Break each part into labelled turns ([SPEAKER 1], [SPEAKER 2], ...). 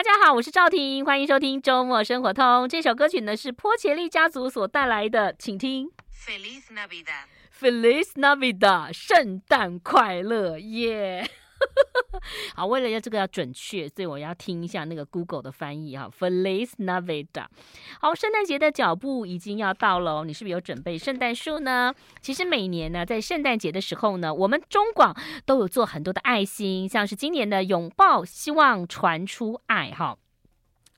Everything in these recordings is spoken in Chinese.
[SPEAKER 1] 家好，我是赵婷，欢迎收听周末生活通。这首歌曲呢是波切利家族所带来的，请听
[SPEAKER 2] Feliz Navidad.
[SPEAKER 1] Feliz Navidad，圣诞快乐，耶、 好，为了要这个要准确，所以我要听一下那个 Google 的翻译哈。Feliz Navidad。好，圣诞节的脚步已经要到了哦，你是不是有准备圣诞树呢？其实每年呢，在圣诞节的时候呢，我们中广都有做很多的爱心，像是今年的拥抱希望传出爱哈。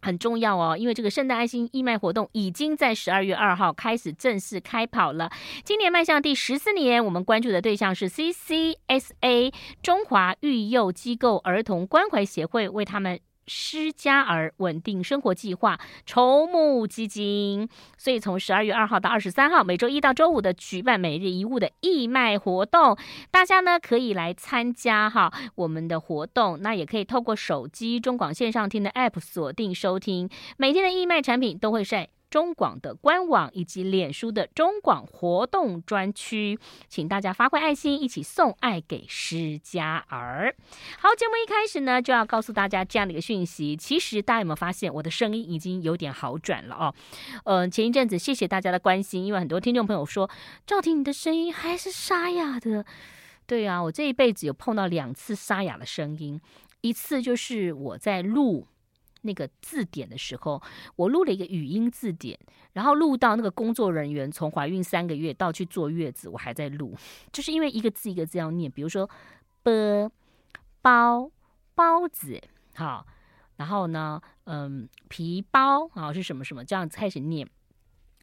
[SPEAKER 1] 很重要哦，因为这个圣诞爱心义卖活动已经在十二月二号开始正式开跑了。今年迈向第十四年，我们关注的对象是 CCSA 中华育幼机构儿童关怀协会为他们。施加儿稳定生活计划筹募基金，所以从十二月二号到二十三号，每周一到周五的举办每日一物的义卖活动，大家呢可以来参加哈我们的活动，那也可以透过手机中广线上听的 App 锁定收听，每天的义卖产品都会在中广的官网以及脸书的中广活动专区，请大家发挥爱心，一起送爱给施加儿。好，节目一开始呢，就要告诉大家这样的一个讯息。其实大家有没有发现，我的声音已经有点好转了哦？嗯、前一阵子谢谢大家的关心，因为很多听众朋友说，赵婷你的声音还是沙哑的。对啊，我这一辈子有碰到两次沙哑的声音，一次就是我在录那个字典的时候，我录了一个语音字典，然后录到那个工作人员从怀孕三个月到去坐月子，我还在录，就是因为一个字一个字要念，比如说啵包包子，好，然后呢，嗯，皮包啊是什么什么，这样开始念。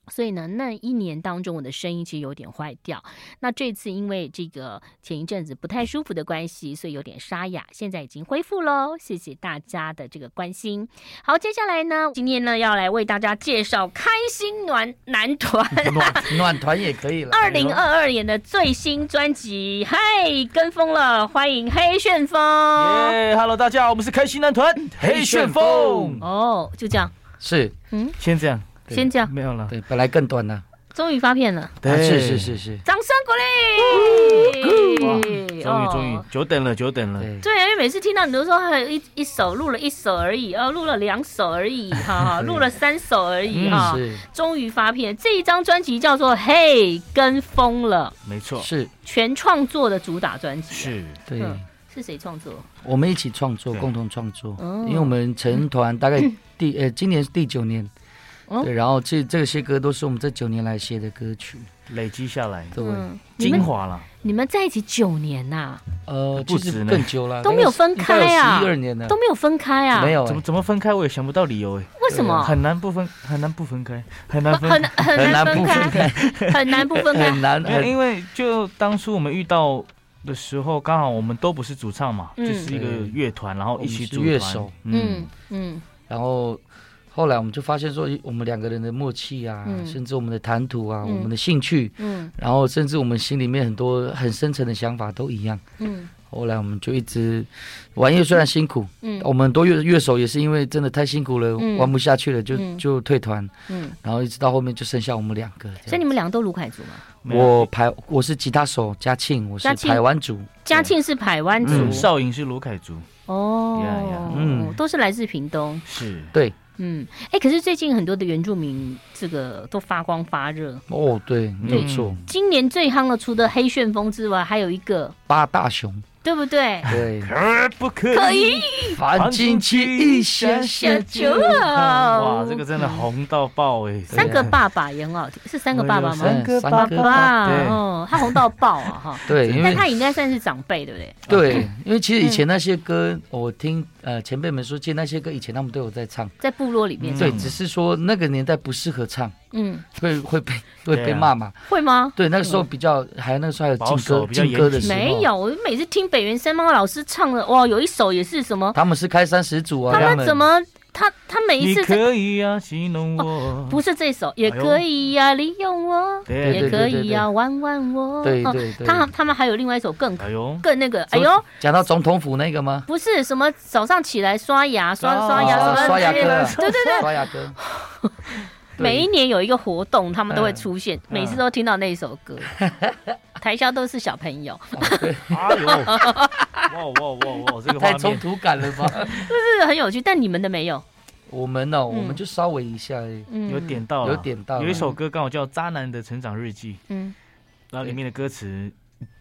[SPEAKER 1] 所以呢，那一年当中，我的声音其实有点坏掉。那这次因为这个前一阵子不太舒服的关系，所以有点沙哑，现在已经恢复喽。谢谢大家的这个关心。好，接下来呢，今天呢要来为大家介绍开心暖男团
[SPEAKER 3] 暖暖团也可以了。
[SPEAKER 1] 二零
[SPEAKER 4] 哎
[SPEAKER 1] 二二年的最新专辑，嗨，跟风了，欢迎黑旋风。哦
[SPEAKER 4] 耶、h e l l o 大家好，我们是开心男团黑旋风。
[SPEAKER 1] 哦，就这样，
[SPEAKER 3] 是，
[SPEAKER 1] 嗯，
[SPEAKER 4] 先这样，对
[SPEAKER 1] 先这样，
[SPEAKER 4] 没有了。
[SPEAKER 3] 对，本来更短了。
[SPEAKER 1] 终于发片了，
[SPEAKER 3] 啊是是是是，
[SPEAKER 1] 掌声鼓励。
[SPEAKER 4] 终于
[SPEAKER 1] 哦
[SPEAKER 4] 终于，久等了久等了。
[SPEAKER 3] 对，
[SPEAKER 1] 对啊，因为每次听到你都说还有一一首录了一首而已，哦，录了两首而 已，哈哈，录了三首而已，
[SPEAKER 4] 嗯
[SPEAKER 1] 哈、
[SPEAKER 3] 是
[SPEAKER 1] 终于发片。这一张专辑叫做《嘿，跟风了
[SPEAKER 4] 没错，
[SPEAKER 3] 是，》，
[SPEAKER 1] 全创作的主打专辑。
[SPEAKER 4] 是
[SPEAKER 3] 对，
[SPEAKER 1] 嗯是谁创作？
[SPEAKER 3] 我们一起创作，
[SPEAKER 4] 对
[SPEAKER 3] 共同创作
[SPEAKER 1] 哦，嗯
[SPEAKER 3] 因为我们成团大概第呃今年是第九年。
[SPEAKER 1] 哦
[SPEAKER 3] 对，然后这这些歌都是我们这九年来写的歌曲，
[SPEAKER 4] 累积下来
[SPEAKER 3] 对，
[SPEAKER 1] 嗯，你
[SPEAKER 4] 精
[SPEAKER 1] 们
[SPEAKER 4] 华了。
[SPEAKER 1] 你们在一起九年呐、
[SPEAKER 3] 呃，
[SPEAKER 4] 不
[SPEAKER 3] 其
[SPEAKER 4] 止呢
[SPEAKER 3] 实更久了，
[SPEAKER 1] 都没有分开啊
[SPEAKER 3] 十一二年了
[SPEAKER 1] 都，没有分开啊？
[SPEAKER 3] 嗯没，有
[SPEAKER 4] 怎么
[SPEAKER 3] 欸，啊
[SPEAKER 4] 怎么分开我也想不到理由哎，
[SPEAKER 1] 为什么？
[SPEAKER 4] 很难不分，很难不分开，很难
[SPEAKER 1] 很
[SPEAKER 4] 分
[SPEAKER 1] 很很
[SPEAKER 3] 啊 很
[SPEAKER 1] 难
[SPEAKER 3] 难
[SPEAKER 1] 分
[SPEAKER 3] 不分
[SPEAKER 1] 开，
[SPEAKER 3] 开，
[SPEAKER 1] 很难不分开
[SPEAKER 3] 很。难，
[SPEAKER 4] 因为
[SPEAKER 3] 很
[SPEAKER 4] 因为就当初我们遇到的时候，刚好我们都不是主唱嘛，
[SPEAKER 1] 嗯
[SPEAKER 4] 就是一个乐团，然后一起组
[SPEAKER 3] 我们是乐
[SPEAKER 4] 团
[SPEAKER 3] 手，
[SPEAKER 1] 嗯嗯
[SPEAKER 3] 然后后来我们就发现说，诶我们两个人的默契啊，
[SPEAKER 1] 嗯
[SPEAKER 3] 甚至我们的谈吐啊，
[SPEAKER 1] 嗯
[SPEAKER 3] 我们的兴趣，
[SPEAKER 1] 嗯
[SPEAKER 3] 然后甚至我们心里面很多很深层的想法都一样。
[SPEAKER 1] 嗯
[SPEAKER 3] 后来我们就一直玩乐，虽然辛苦，
[SPEAKER 1] 嗯
[SPEAKER 3] 我们很多乐乐手也是因为真的太辛苦了，
[SPEAKER 1] 嗯
[SPEAKER 3] 玩不下去了，
[SPEAKER 1] 嗯
[SPEAKER 3] 就就退团。
[SPEAKER 1] 嗯。
[SPEAKER 3] 然后一直到后面就剩下我们两个。
[SPEAKER 1] 所以你们俩都卢凯族吗？
[SPEAKER 4] 没有
[SPEAKER 3] 我排我是吉他手嘉庆，我
[SPEAKER 1] 嘉
[SPEAKER 3] 是
[SPEAKER 1] 庆
[SPEAKER 3] 台湾组，
[SPEAKER 1] 嘉庆是台湾族、
[SPEAKER 4] 嗯少颖是卢凯族，呀
[SPEAKER 1] 哦
[SPEAKER 4] 呀，
[SPEAKER 3] 嗯
[SPEAKER 1] 都是来自屏东。
[SPEAKER 4] 是
[SPEAKER 3] 对，
[SPEAKER 1] 嗯，哎，可是最近很多的原住民这个都发光发热。
[SPEAKER 3] 哦对，
[SPEAKER 1] 嗯
[SPEAKER 3] 没有错，
[SPEAKER 1] 今年最夯的除了黑旋风之外，还有一个，
[SPEAKER 3] 八大雄，？
[SPEAKER 1] 对不对
[SPEAKER 3] 对，
[SPEAKER 4] 可不可
[SPEAKER 1] 可以
[SPEAKER 3] 繁星期一下下
[SPEAKER 1] 九
[SPEAKER 4] 哇，这个真的红到爆哎！
[SPEAKER 1] 三个爸爸也很好听，是三个爸爸吗？
[SPEAKER 3] 哎
[SPEAKER 4] 三
[SPEAKER 3] 呦
[SPEAKER 4] 个
[SPEAKER 3] 三
[SPEAKER 4] 爸
[SPEAKER 3] 个
[SPEAKER 4] 爸，对，
[SPEAKER 1] 哦，他红到爆啊哈！
[SPEAKER 3] 对，因
[SPEAKER 1] 但
[SPEAKER 3] 为
[SPEAKER 1] 他也应该算是长辈，对不
[SPEAKER 4] 啊
[SPEAKER 1] 对？
[SPEAKER 3] 对，因为其实以前那些歌，我听呃前辈们说，其实那些歌以前他们都有在唱，
[SPEAKER 1] 在部落里
[SPEAKER 4] 嗯
[SPEAKER 1] 面，
[SPEAKER 3] 对，只是说那个年代不适合唱，
[SPEAKER 1] 嗯，
[SPEAKER 3] 会会 被会
[SPEAKER 4] 对啊嗯
[SPEAKER 3] 被骂嘛。
[SPEAKER 1] 会吗？
[SPEAKER 3] 对，那个时候比较，还有那个时候还有
[SPEAKER 4] 保
[SPEAKER 3] 禁
[SPEAKER 4] 守
[SPEAKER 3] 歌
[SPEAKER 4] 比较
[SPEAKER 3] 禁歌
[SPEAKER 4] 严
[SPEAKER 3] 的
[SPEAKER 4] 谨
[SPEAKER 3] 时候，
[SPEAKER 1] 没，有，我每次听北原三猫老师唱的，哇，有一首也是什么？
[SPEAKER 3] 他们是开山始祖啊，
[SPEAKER 1] 他们怎么他他每一
[SPEAKER 4] 你
[SPEAKER 1] 次在哦
[SPEAKER 4] 可以啊，戏弄我，
[SPEAKER 1] 不是这首，也可以呀、利用我，
[SPEAKER 4] 对
[SPEAKER 1] 也
[SPEAKER 4] 对，
[SPEAKER 1] 可以呀、玩玩我。
[SPEAKER 3] 对
[SPEAKER 1] 哦
[SPEAKER 3] 对对
[SPEAKER 1] 他他们还有另外一首更
[SPEAKER 4] 哎呦，
[SPEAKER 1] 更那个，哎
[SPEAKER 3] 什么
[SPEAKER 1] 呦，
[SPEAKER 3] 讲到总统府那 个吗？
[SPEAKER 1] 不是什么早上起来刷牙，刷
[SPEAKER 4] 哦
[SPEAKER 1] 刷牙什
[SPEAKER 3] 哦
[SPEAKER 1] 么，
[SPEAKER 3] 刷牙
[SPEAKER 1] 对
[SPEAKER 3] 歌啊，
[SPEAKER 1] 对对 对，
[SPEAKER 3] 刷牙 歌，
[SPEAKER 1] 每一年有一个活动，他们都会
[SPEAKER 4] 嗯
[SPEAKER 1] 出现，每次都听到那一首 歌。台下都是小朋友，
[SPEAKER 4] 哎 呦，哇哇哇哇，这个画
[SPEAKER 3] 太冲
[SPEAKER 4] 面
[SPEAKER 3] 突感了吧？
[SPEAKER 1] 是很有趣，但你们的没有，
[SPEAKER 3] 我们呢、我们
[SPEAKER 1] 嗯
[SPEAKER 3] 就稍微一下而已，
[SPEAKER 1] 嗯
[SPEAKER 4] 有点到了，
[SPEAKER 3] 有点到了，
[SPEAKER 4] 哦有一首歌刚好叫《渣男的成长日记》，
[SPEAKER 1] 嗯
[SPEAKER 4] 然后里面的歌词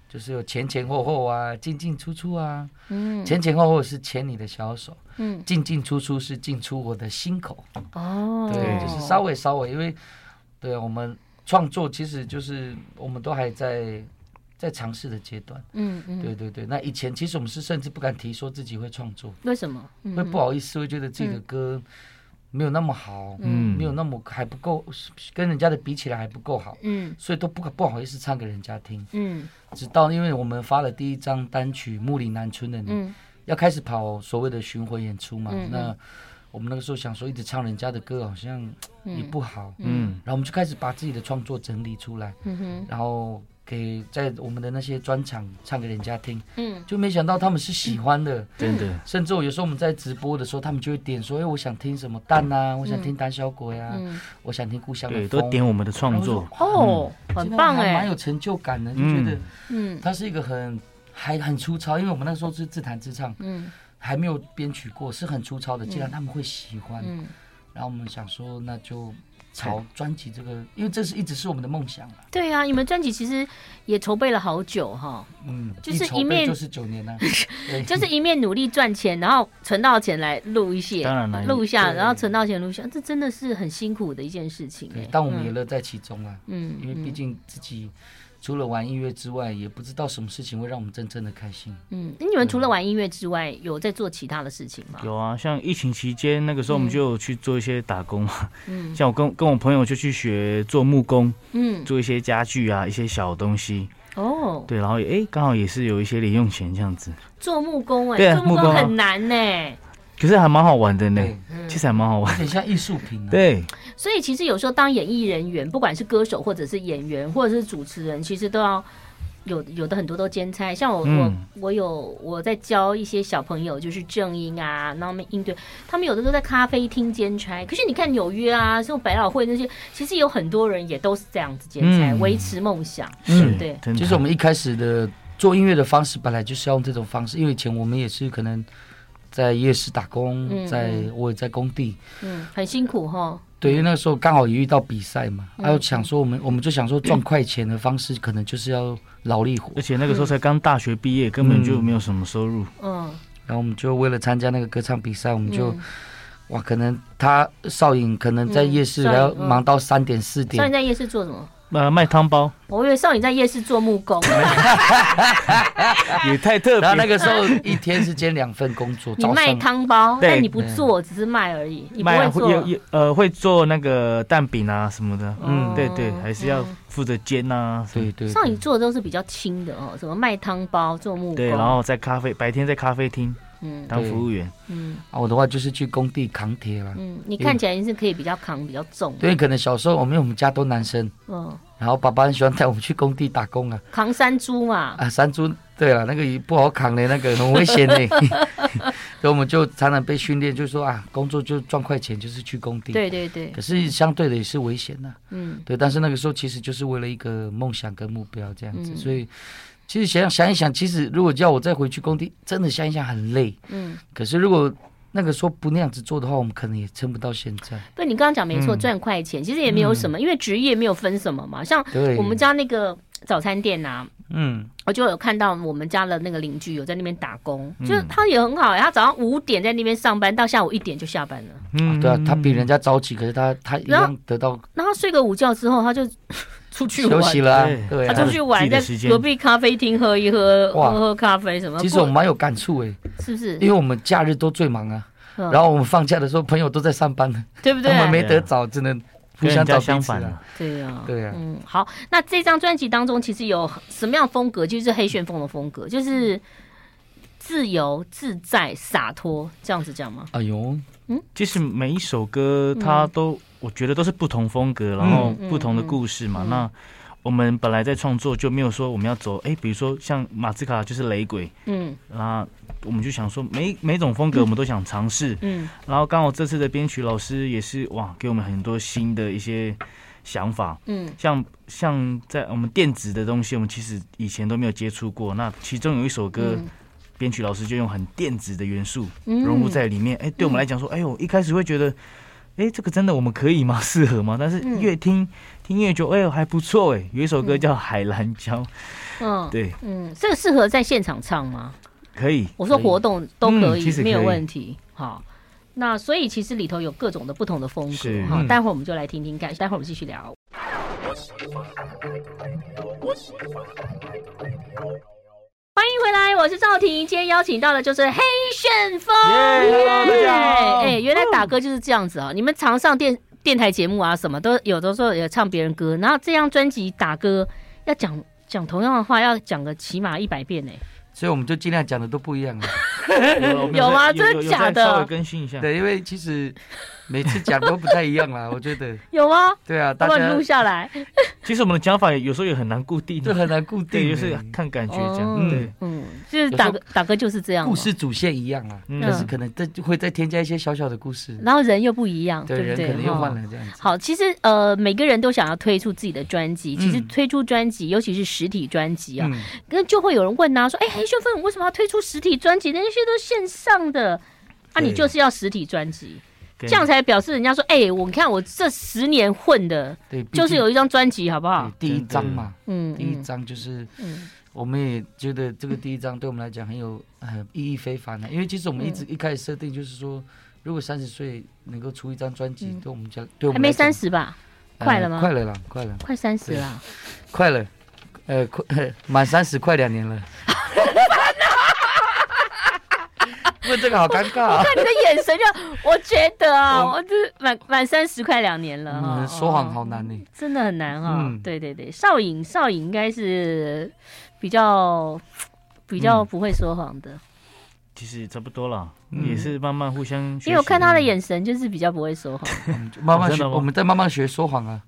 [SPEAKER 3] 就是有前前后后啊，进进出出啊，
[SPEAKER 1] 嗯
[SPEAKER 3] 前前后后是牵你的小手，
[SPEAKER 1] 嗯
[SPEAKER 3] 进进出出是进出我的心口，
[SPEAKER 1] 哦，
[SPEAKER 3] 对，就是稍微稍微，因为对我们创作其实就是我们都还在在尝试的阶段，
[SPEAKER 1] 嗯嗯
[SPEAKER 3] 对对对。那以前其实我们是甚至不敢提说自己会创作，
[SPEAKER 1] 为什么嗯
[SPEAKER 3] 会不？好意思，会觉得自己的歌没有那么好，
[SPEAKER 1] 嗯
[SPEAKER 3] 没有那么还不够，跟人家的比起来还不够好。
[SPEAKER 1] 嗯
[SPEAKER 3] 所以都不不好意思唱给人家听，
[SPEAKER 1] 嗯
[SPEAKER 3] 直到因为我们发了第一张单曲《木林南村的你》，
[SPEAKER 1] 嗯
[SPEAKER 3] 要开始跑所谓的巡回演出嘛，
[SPEAKER 1] 嗯嗯
[SPEAKER 3] 那我们那个时候想说，一直唱人家的歌好像
[SPEAKER 1] 嗯
[SPEAKER 3] 也不好，
[SPEAKER 1] 嗯
[SPEAKER 4] 嗯
[SPEAKER 3] 然后我们就开始把自己的创作整理出来，
[SPEAKER 1] 嗯哼
[SPEAKER 3] 然后给在我们的那些专场唱给人家听，
[SPEAKER 1] 嗯
[SPEAKER 3] 就没想到他们是喜欢的，
[SPEAKER 4] 真的，
[SPEAKER 3] 甚至我有时候我们在直播的时候，他们就会点说，哎，我想听什么蛋啊，我想听胆小鬼啊，
[SPEAKER 1] 嗯
[SPEAKER 3] 我想听故乡的
[SPEAKER 4] 对，
[SPEAKER 3] 风，啊嗯
[SPEAKER 4] 都点我们的创作，
[SPEAKER 1] 哦，很棒
[SPEAKER 3] 还蛮
[SPEAKER 1] 哎，
[SPEAKER 3] 有成就感的，就觉得
[SPEAKER 4] 嗯
[SPEAKER 1] 嗯
[SPEAKER 3] 它是一个很还很粗糙，因为我们那时候是自弹自唱，
[SPEAKER 1] 嗯
[SPEAKER 3] 还没有编曲过，是很粗糙的。既然他们会喜欢，
[SPEAKER 1] 嗯
[SPEAKER 3] 然后我们想说，那就朝专辑这个，因为这是一直是我们的梦想啊。
[SPEAKER 1] 对啊，你们专辑其实也筹备了好久 哈，
[SPEAKER 3] 嗯，
[SPEAKER 1] 就是
[SPEAKER 3] 一筹
[SPEAKER 1] 一面
[SPEAKER 3] 备就是九年 啊，对
[SPEAKER 1] 就是一面努力赚钱，然后存到钱来录一些，
[SPEAKER 4] 当然啦
[SPEAKER 1] 录一下，
[SPEAKER 3] 对
[SPEAKER 1] 然后存到钱录一下，这真的是很辛苦的一件事情
[SPEAKER 3] 对
[SPEAKER 1] 哎。
[SPEAKER 3] 但我们也乐在其中啊，
[SPEAKER 1] 嗯，
[SPEAKER 3] 因为毕竟自己除了玩音乐之外，也不知道什么事情会让我们真正的开心。
[SPEAKER 1] 嗯，嗯你们除了玩音乐之外，有在做其他的事情吗？
[SPEAKER 4] 有啊，像疫情期间那个时候，我们就有去做一些打工嘛，
[SPEAKER 1] 嗯
[SPEAKER 4] 像我跟跟我朋友就去学做木工，
[SPEAKER 1] 嗯，
[SPEAKER 4] 做一些家具啊，一些小东西，
[SPEAKER 1] 哦，
[SPEAKER 4] 对，然后哎，刚好也是有一些零用钱这样子，
[SPEAKER 1] 做木工
[SPEAKER 4] 对
[SPEAKER 1] 哎，
[SPEAKER 4] 啊
[SPEAKER 1] 做木
[SPEAKER 4] 木
[SPEAKER 1] 工
[SPEAKER 4] 工啊
[SPEAKER 1] 很难欸呢，
[SPEAKER 4] 可是还蛮好玩的呢，
[SPEAKER 3] 对，
[SPEAKER 1] 嗯
[SPEAKER 4] 其实还蛮好
[SPEAKER 3] 有
[SPEAKER 4] 玩，
[SPEAKER 3] 点像艺术品啊。
[SPEAKER 4] 对，
[SPEAKER 1] 所以其实有时候当演艺人员，不管是歌手或者是演员或者是主持人，其实都要。有有的很多都兼差，像我、
[SPEAKER 4] 嗯
[SPEAKER 1] 我我有我在教一些小朋友，就是正音啊，然后他们应对，他们有的都在咖啡厅兼差。可是你看纽约啊，像百老汇那些，其实有很多人也都是这样子兼差，
[SPEAKER 4] 嗯
[SPEAKER 1] 维持梦想。
[SPEAKER 4] 是，
[SPEAKER 1] 对
[SPEAKER 4] 真的，
[SPEAKER 3] 其实我们一开始的做音乐的方式，本来就是要用这种方式，因为以前我们也是可能在夜市打
[SPEAKER 1] 嗯
[SPEAKER 3] 工，在
[SPEAKER 1] 嗯
[SPEAKER 3] 我也在工地，
[SPEAKER 1] 嗯，很辛苦哈。
[SPEAKER 3] 对，因为那个时候刚好也遇到比赛嘛，
[SPEAKER 1] 嗯
[SPEAKER 3] 还有想说我们我们就想说赚快钱的方式，可能就是要劳力活
[SPEAKER 4] 而，且那个时候才刚大学毕业，根
[SPEAKER 3] 嗯
[SPEAKER 4] 本就没有什么收入，
[SPEAKER 1] 嗯，
[SPEAKER 3] 然后我们就为了参加那个歌唱比赛，我们就
[SPEAKER 1] 嗯
[SPEAKER 3] 哇，可能他少颖可能在夜市
[SPEAKER 1] 嗯
[SPEAKER 3] 还要
[SPEAKER 1] 少颖嗯
[SPEAKER 3] 忙到三点四
[SPEAKER 1] 少
[SPEAKER 3] 点
[SPEAKER 1] 女，在夜市做什么？
[SPEAKER 4] 呃，卖 汤包
[SPEAKER 1] 我以为少女在夜市做木工，
[SPEAKER 4] 也太特别
[SPEAKER 3] 然后那
[SPEAKER 4] 了，
[SPEAKER 3] 个时候一天是兼两份工 作，
[SPEAKER 1] 你
[SPEAKER 3] 早
[SPEAKER 1] 卖
[SPEAKER 3] 上
[SPEAKER 1] 汤包，
[SPEAKER 4] 对
[SPEAKER 1] 但你不做，只是卖而已，你不
[SPEAKER 4] 卖
[SPEAKER 1] 会
[SPEAKER 4] 啊
[SPEAKER 1] 做。
[SPEAKER 4] 也也呃会做那个蛋饼啊什么的，
[SPEAKER 1] 嗯
[SPEAKER 4] 嗯，对对，还是要负责煎啊，什么
[SPEAKER 3] 对对
[SPEAKER 1] 少女做的都是比较轻的哦，什么卖汤包、做木工，
[SPEAKER 4] 对，然后在咖啡白天在咖啡厅
[SPEAKER 1] 嗯
[SPEAKER 4] 当服务员，
[SPEAKER 1] 嗯
[SPEAKER 3] 啊，我的话就是去工地扛铁了，
[SPEAKER 1] 嗯，你看起来是可以比较扛、比较重，
[SPEAKER 3] 对，可能小时候我们因为我们家都男生。
[SPEAKER 1] 嗯，
[SPEAKER 3] 然后爸爸很喜欢带我们去工地打工啊
[SPEAKER 1] 扛山猪嘛，
[SPEAKER 3] 啊，山猪对了，那个也不好扛的，那个很危险的， 所以我们就常常被训练，就说啊，工作就赚快钱，就是去工地。，
[SPEAKER 1] 对对对
[SPEAKER 3] 可，是相对的也是危险的、
[SPEAKER 1] 嗯
[SPEAKER 3] 对。但是那个时候其实就是为了一个梦想跟目标这样子，
[SPEAKER 1] 嗯
[SPEAKER 3] 所以其实想想一想，其实如果叫我再回去工地，真的想一想很累。
[SPEAKER 1] 嗯，
[SPEAKER 3] 可是如果那个时候不那样子做的话，我们可能也撑不到现在。
[SPEAKER 1] 不，你刚刚讲没错，
[SPEAKER 4] 嗯
[SPEAKER 1] 赚快钱其实也没有什么，因为职业没有分什么嘛，像
[SPEAKER 3] 对，
[SPEAKER 1] 我们家那个早餐店呐、
[SPEAKER 3] 嗯，
[SPEAKER 1] 我就有看到我们家的那个邻居有在那边打工，就是他也很好、欸，他早上五点在那边上班，到下午一点就下班了。
[SPEAKER 3] 啊
[SPEAKER 4] 嗯
[SPEAKER 3] 对啊，他比人家早起，可是他他一
[SPEAKER 1] 然后
[SPEAKER 3] 样得到
[SPEAKER 1] 然后睡个午觉之后，他就 出去
[SPEAKER 3] 休
[SPEAKER 1] 玩，
[SPEAKER 3] 息了啊、
[SPEAKER 4] 对
[SPEAKER 3] 对
[SPEAKER 1] 他
[SPEAKER 3] 啊，
[SPEAKER 1] 出去玩，
[SPEAKER 4] 自己
[SPEAKER 1] 在
[SPEAKER 4] 的时间
[SPEAKER 1] 隔壁咖啡厅喝一喝，
[SPEAKER 3] 哇
[SPEAKER 1] 喝喝咖啡什么。
[SPEAKER 3] 其实我们蛮有感触诶，
[SPEAKER 1] 不是不是？
[SPEAKER 3] 因为我们假日都最忙啊，
[SPEAKER 1] 嗯
[SPEAKER 3] 然后我们放假的时候，朋友都在上班呢，
[SPEAKER 1] 对不
[SPEAKER 3] 他
[SPEAKER 1] 对？
[SPEAKER 3] 们没得找，只能互
[SPEAKER 4] 跟
[SPEAKER 3] 相
[SPEAKER 4] 人
[SPEAKER 3] 找
[SPEAKER 4] 家
[SPEAKER 3] 彼此啊
[SPEAKER 4] 相反了，
[SPEAKER 1] 对呀、
[SPEAKER 3] 对啊
[SPEAKER 1] 嗯，好，那这张专辑当中其实有什么样的风格？就是黑旋风的风格，就是自由自在、洒脱这样子讲吗？
[SPEAKER 3] 哎呦，
[SPEAKER 4] 其实每一首歌
[SPEAKER 1] 嗯
[SPEAKER 4] 它都，我觉得都是不同风格，然后不同的故事嘛。
[SPEAKER 1] 嗯嗯
[SPEAKER 4] 那我们本来在创作就没有说我们要走，哎，比如说像马兹卡就是雷鬼，
[SPEAKER 1] 嗯
[SPEAKER 4] 那我们就想说每每种风格我们都想尝试。
[SPEAKER 1] 嗯
[SPEAKER 4] 然后刚好这次的编曲老师也是哇，给我们很多新的一些想法。
[SPEAKER 1] 嗯
[SPEAKER 4] 像像在我们电子的东西，我们其实以前都没有接触过。那其中有一首歌，
[SPEAKER 1] 嗯
[SPEAKER 4] 编曲老师就用很电子的元素
[SPEAKER 1] 嗯
[SPEAKER 4] 融入在里面。哎、对我们来讲说，哎呦，一开始会觉得，哎，这个真的我们可以吗？ 适合吗？但是
[SPEAKER 1] 嗯
[SPEAKER 4] 越听、听越久，哎呦还不错哎。有一首歌叫《海蓝 礁》，
[SPEAKER 1] 嗯，
[SPEAKER 4] 对，
[SPEAKER 1] 嗯，这个适合在现场唱吗？
[SPEAKER 4] 可以。
[SPEAKER 1] 我说
[SPEAKER 4] 可以
[SPEAKER 1] 活动都可
[SPEAKER 4] 嗯
[SPEAKER 1] 以，
[SPEAKER 4] 其实可以
[SPEAKER 1] 没有问题。好，那所以其实里头有各种的不同的风格
[SPEAKER 4] 是
[SPEAKER 1] 哈。
[SPEAKER 3] 嗯
[SPEAKER 1] 待会儿我们就来听听看，待会儿我们继续聊。欢迎回来，我是赵婷。今天邀请到的就是黑旋风。
[SPEAKER 4] 耶，hello，大家好
[SPEAKER 1] 哎、原来打歌就是这样子啊！你们常上电电台节目啊，什么都有的时候也唱别人歌，然后这张专辑打歌要讲讲同样的话，要讲个起码一百遍呢、
[SPEAKER 3] 所以我们就尽量讲的都不一样了。啊
[SPEAKER 4] 有
[SPEAKER 1] 有吗
[SPEAKER 4] 在
[SPEAKER 1] 真的
[SPEAKER 4] 有有
[SPEAKER 1] 假
[SPEAKER 4] 在
[SPEAKER 1] 的
[SPEAKER 4] 稍微更新一下。
[SPEAKER 3] 对，因为其实每次讲都不太一样啦，啊 我觉得。
[SPEAKER 1] 有吗？
[SPEAKER 3] 对啊，大
[SPEAKER 1] 帮你
[SPEAKER 3] 家
[SPEAKER 1] 录下来。
[SPEAKER 4] 其实我们的讲法有时候也很难固定，啊
[SPEAKER 3] 这很难固
[SPEAKER 4] 对，
[SPEAKER 3] 定啊
[SPEAKER 4] 就
[SPEAKER 3] 的，
[SPEAKER 4] 是看感觉这
[SPEAKER 1] 哦
[SPEAKER 4] 样。对，
[SPEAKER 1] 嗯，就是打
[SPEAKER 3] 有时候
[SPEAKER 1] 歌打歌就是这样嘛、
[SPEAKER 3] 故事主线一样啦，
[SPEAKER 4] 嗯
[SPEAKER 3] 但是可能再会再添加一些小小的故事，
[SPEAKER 1] 然后人又不一样，
[SPEAKER 3] 对
[SPEAKER 1] 不
[SPEAKER 3] 人
[SPEAKER 1] 对？
[SPEAKER 3] 可能又
[SPEAKER 1] 哈
[SPEAKER 3] 换了这样子。
[SPEAKER 1] 好，其实呃，每个人都想要推出自己的专辑。其实
[SPEAKER 3] 嗯
[SPEAKER 1] 推出专辑，尤其是实体专辑啊，
[SPEAKER 3] 嗯，
[SPEAKER 1] 跟就会有人问啊，说：“哎、黑旋风，你为什么要推出实体专辑？那些都线上的，啊，
[SPEAKER 3] 对
[SPEAKER 1] 你就是要实体专辑，
[SPEAKER 4] 这
[SPEAKER 1] 这样才表示人家说：哎、我看我这十年混的，
[SPEAKER 3] 对，毕
[SPEAKER 1] 就是
[SPEAKER 3] 竟
[SPEAKER 1] 有一张专辑，好不
[SPEAKER 3] 对
[SPEAKER 1] 好？
[SPEAKER 3] 第一章嘛，
[SPEAKER 1] 嗯，
[SPEAKER 3] 第一
[SPEAKER 1] 嗯
[SPEAKER 3] 章就是
[SPEAKER 1] 嗯
[SPEAKER 3] 我们也觉得这个第一章对我们来讲很有呃意义非凡的、因为其实我们一直
[SPEAKER 1] 嗯
[SPEAKER 3] 一开始设定就是说，如果三十岁能够出一张专辑，
[SPEAKER 1] 嗯
[SPEAKER 3] 对我们讲，对我
[SPEAKER 1] 还
[SPEAKER 3] 们
[SPEAKER 1] 没
[SPEAKER 3] 来讲
[SPEAKER 1] 三、十吧？
[SPEAKER 3] 呃
[SPEAKER 1] 快了吗
[SPEAKER 3] 快了啦，快了，
[SPEAKER 1] 快三十了，
[SPEAKER 3] 快了，呃，快 满三十快两 年了。问这个好尴尬啊！
[SPEAKER 1] 看 你的眼神就，我觉得啊，
[SPEAKER 3] 我
[SPEAKER 1] 我就是满满三十快两年了哈、哦
[SPEAKER 3] 嗯，说谎好难呢、
[SPEAKER 1] 真的很难哈、
[SPEAKER 3] 嗯
[SPEAKER 1] 对对对，少颖少颖应该是比较比较不会说谎的，
[SPEAKER 4] 其实差不多啦，
[SPEAKER 3] 嗯
[SPEAKER 4] 也是慢慢互相学习。
[SPEAKER 1] 因为我看她的眼神就是比较不会说谎。
[SPEAKER 3] 我们就慢慢
[SPEAKER 4] 哦真
[SPEAKER 3] 学，
[SPEAKER 4] 的吗
[SPEAKER 3] 我们在慢慢学说谎啊。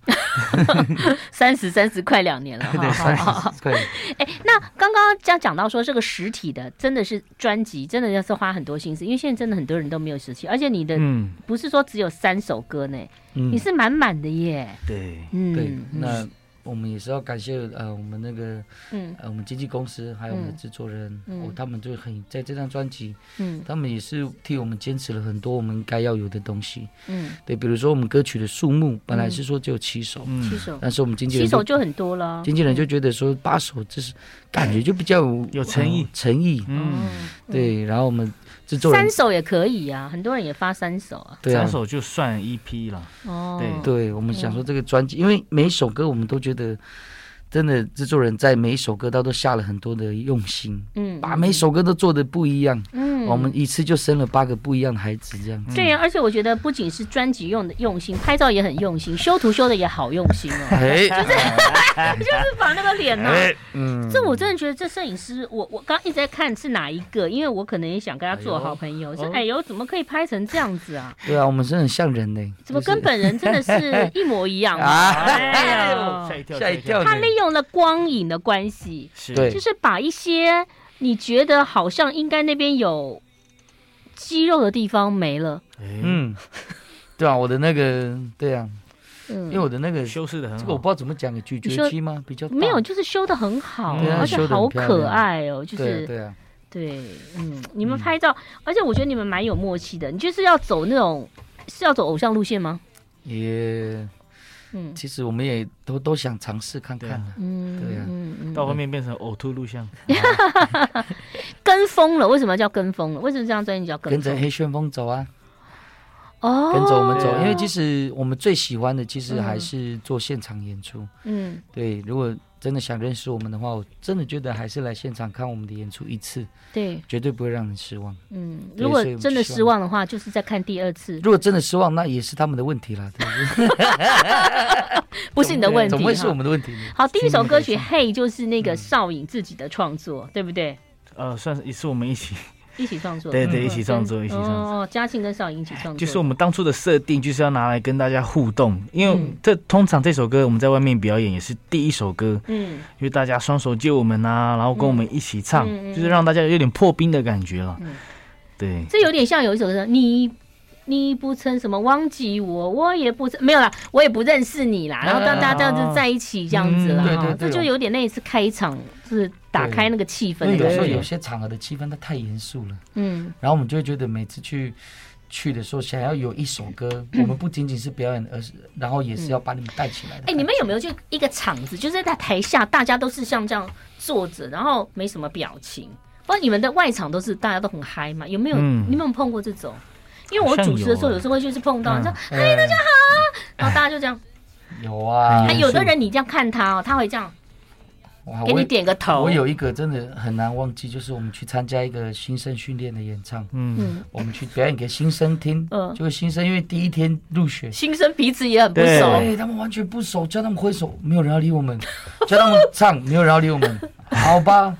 [SPEAKER 1] 三十三十快两 年了哈。
[SPEAKER 3] 对，
[SPEAKER 1] 哈
[SPEAKER 3] 三
[SPEAKER 1] 哈
[SPEAKER 3] 十快了。
[SPEAKER 1] 哎，那刚刚这样讲到说这个实体的真的是专辑，真的要是花很多心思，因为现在真的很多人都没有实体，而且你的
[SPEAKER 4] 嗯，
[SPEAKER 1] 不是说只有三首歌呢，
[SPEAKER 3] 嗯
[SPEAKER 1] 你是满满的耶。
[SPEAKER 4] 对，
[SPEAKER 1] 嗯，
[SPEAKER 3] 对
[SPEAKER 1] 嗯，
[SPEAKER 3] 那我们也是要感谢呃我们那个
[SPEAKER 1] 嗯
[SPEAKER 3] 呃我们经纪公司还有我们的制作人，
[SPEAKER 1] 嗯嗯
[SPEAKER 3] 哦他们就很在这张专辑，
[SPEAKER 1] 嗯
[SPEAKER 3] 他们也是替我们坚持了很多我们应该要有的东西。
[SPEAKER 1] 嗯，
[SPEAKER 3] 对，比如说我们歌曲的数目本来是说只有七首，
[SPEAKER 4] 嗯
[SPEAKER 1] 七，首，
[SPEAKER 3] 但是我们经纪
[SPEAKER 1] 七
[SPEAKER 3] 人就
[SPEAKER 1] 首嗯就很多了。
[SPEAKER 3] 经纪人就觉得说八首就是感觉就比较有
[SPEAKER 4] 有诚意
[SPEAKER 3] 呃诚意。
[SPEAKER 1] 嗯
[SPEAKER 4] 嗯，，
[SPEAKER 3] 对，然后我们制作人
[SPEAKER 1] 三首也可以啊，很多人也发三首啊。
[SPEAKER 3] 对啊
[SPEAKER 4] 三。首就算 EP 啦。
[SPEAKER 1] 哦，
[SPEAKER 4] 对
[SPEAKER 3] 对，我们想
[SPEAKER 1] 嗯
[SPEAKER 3] 说这个专辑，因为每一首歌我们都觉得，真的制作人在每一首歌他都下了很多的用心，
[SPEAKER 1] 嗯
[SPEAKER 3] 把每首歌都做的不一样。
[SPEAKER 1] 嗯
[SPEAKER 3] 我们一次就生了八个不一样的孩子，这样子。
[SPEAKER 1] 对呀、而且我觉得不仅是专辑用的用心，拍照也很用心，修图修的也好用心哦，
[SPEAKER 3] 哎，
[SPEAKER 1] 就是把那个脸呐、
[SPEAKER 3] 嗯，
[SPEAKER 1] 这我真的觉得这摄影师，我我刚一直在看是哪一个，因为我可能也想跟他做好朋友，
[SPEAKER 4] 呦
[SPEAKER 1] 说
[SPEAKER 4] 哦
[SPEAKER 1] 哎呦怎么可以拍成这样子啊？
[SPEAKER 3] 对啊，我们是很像人呢。
[SPEAKER 1] 怎么
[SPEAKER 3] 就是
[SPEAKER 1] 跟本人真的是一模一样啊？
[SPEAKER 3] 啊？
[SPEAKER 1] 哎
[SPEAKER 4] 哎呦，吓
[SPEAKER 1] 呦，
[SPEAKER 4] 一跳，
[SPEAKER 3] 吓一跳
[SPEAKER 1] 他利用了光影的关系，
[SPEAKER 4] 是，
[SPEAKER 3] 对
[SPEAKER 1] 就是把一些你觉得好像应该那边有肌肉的地方没了，
[SPEAKER 4] 嗯，
[SPEAKER 3] 嗯，对啊，我的那个，对啊，
[SPEAKER 1] 嗯，
[SPEAKER 3] 因为我的那个，这
[SPEAKER 4] 修饰的很
[SPEAKER 3] 个我
[SPEAKER 4] 好
[SPEAKER 3] 不。知道怎么讲，咀
[SPEAKER 1] 你说
[SPEAKER 3] 嚼肌吗？比较大
[SPEAKER 1] 没有，，就是修的很好，
[SPEAKER 4] 对啊
[SPEAKER 1] 而且
[SPEAKER 3] 修得
[SPEAKER 1] 好
[SPEAKER 3] 很漂
[SPEAKER 1] 可
[SPEAKER 3] 亮
[SPEAKER 1] 爱哦，就
[SPEAKER 3] 对啊
[SPEAKER 1] 是
[SPEAKER 3] 对啊，
[SPEAKER 1] 对，嗯，你们拍照，而且我觉得你们蛮有默契的，你就是要走那种是要走偶像路线吗？
[SPEAKER 3] 也
[SPEAKER 1] 嗯
[SPEAKER 3] 其实我们也都都想尝试看看啊。
[SPEAKER 1] 嗯，
[SPEAKER 3] 对啊
[SPEAKER 1] 嗯嗯
[SPEAKER 4] 到后面变成呕吐录 像，
[SPEAKER 1] 跟风了，为什么叫跟风了？为什么这张专辑叫跟
[SPEAKER 3] 跟
[SPEAKER 1] 风？
[SPEAKER 3] 着黑旋风走啊，
[SPEAKER 1] 哦，
[SPEAKER 3] 跟着我们走
[SPEAKER 4] 对，啊
[SPEAKER 3] 因为其实我们最喜欢的其实
[SPEAKER 1] 嗯
[SPEAKER 3] 还是做现场演出。
[SPEAKER 1] 嗯
[SPEAKER 3] 对，如果真的想认识我们的话，我真的觉得还是来现场看我们的演出一次，
[SPEAKER 1] 对
[SPEAKER 3] 绝对不会让人失望。
[SPEAKER 1] 嗯，
[SPEAKER 3] 对
[SPEAKER 1] 如果
[SPEAKER 3] 所以我们
[SPEAKER 1] 真的
[SPEAKER 3] 希望
[SPEAKER 1] 失望的话，就是再看第二次，
[SPEAKER 3] 如果真的失望，那也是他们的问题啦，对不对？
[SPEAKER 1] 不是你的问
[SPEAKER 3] 怎
[SPEAKER 1] 题
[SPEAKER 3] 么会是我
[SPEAKER 1] 哈。
[SPEAKER 3] 们的问题呢？
[SPEAKER 1] 好，第一首歌曲
[SPEAKER 3] 是
[SPEAKER 1] 《嘿》就是那个少颖自己的创作，对不对？
[SPEAKER 4] 呃，算是也是我们一起，
[SPEAKER 1] 一起创作，
[SPEAKER 4] 对
[SPEAKER 1] 嗯
[SPEAKER 4] 对，一起创作，
[SPEAKER 1] 跟
[SPEAKER 4] 一起创作。
[SPEAKER 1] 哦，嘉庆跟少颖一起创作，
[SPEAKER 4] 就是我们当初的设定，就是要拿来跟大家互动，因为
[SPEAKER 1] 嗯
[SPEAKER 4] 这通常这首歌我们在外面表演也是第一首歌，
[SPEAKER 1] 嗯
[SPEAKER 4] 就是大家双手借我们啊，然后跟我们一起唱，
[SPEAKER 1] 嗯嗯嗯
[SPEAKER 4] 就是让大家有点破冰的感觉了。
[SPEAKER 1] 嗯
[SPEAKER 4] 对，
[SPEAKER 1] 这有点像有一首歌，你你不曾什么忘记我，我也不曾没有啦，我也不认识你啦。然后大家这样子在一起这样子啦，
[SPEAKER 3] 嗯对对
[SPEAKER 1] 哈
[SPEAKER 3] 对
[SPEAKER 1] 这就有点类似开场，就是打开那个气氛
[SPEAKER 3] 因为
[SPEAKER 1] 的
[SPEAKER 3] 有
[SPEAKER 1] 感
[SPEAKER 3] 时候有
[SPEAKER 1] 觉。
[SPEAKER 3] 些场合的气氛它太严肃了，
[SPEAKER 1] 嗯
[SPEAKER 3] 然后我们就会觉得每次去去的时候，想要有一首歌，
[SPEAKER 1] 嗯
[SPEAKER 3] 我们不仅仅是表演，而是然后也是要把你们带起来的。
[SPEAKER 1] 哎、你们有没有就一个场子，就是在台下大家都是像这样坐着，然后没什么表情？不，你们的外场都是大家都很嗨嘛？有没有？
[SPEAKER 4] 嗯
[SPEAKER 1] 你们有没有碰过这种？因为我
[SPEAKER 4] 好像
[SPEAKER 1] 主持的时候，
[SPEAKER 4] 有
[SPEAKER 1] 有时候会就是碰到，
[SPEAKER 4] 嗯
[SPEAKER 1] 你知道，
[SPEAKER 3] 嗨，大家好。
[SPEAKER 1] 然后大家就这样。
[SPEAKER 3] 呃有啊，
[SPEAKER 4] 嗯
[SPEAKER 1] 哎，
[SPEAKER 4] 很
[SPEAKER 1] 有的人你这样看他哦，他会这样
[SPEAKER 3] 哇
[SPEAKER 1] 给
[SPEAKER 3] 我
[SPEAKER 1] 你点个头。
[SPEAKER 3] 我有一个真的很难忘记，就是我们去参加一个新生训练的演唱，
[SPEAKER 4] 嗯，
[SPEAKER 1] 嗯，
[SPEAKER 3] 我们去表演给新生听，
[SPEAKER 1] 嗯
[SPEAKER 3] 就是新生因为第一天入学，
[SPEAKER 1] 新生彼此也很不
[SPEAKER 4] 对
[SPEAKER 1] 熟。
[SPEAKER 3] 对哎他们完全不熟，叫他们挥手，没有人要理我 们；叫他们唱，没有人要理我们。好吧，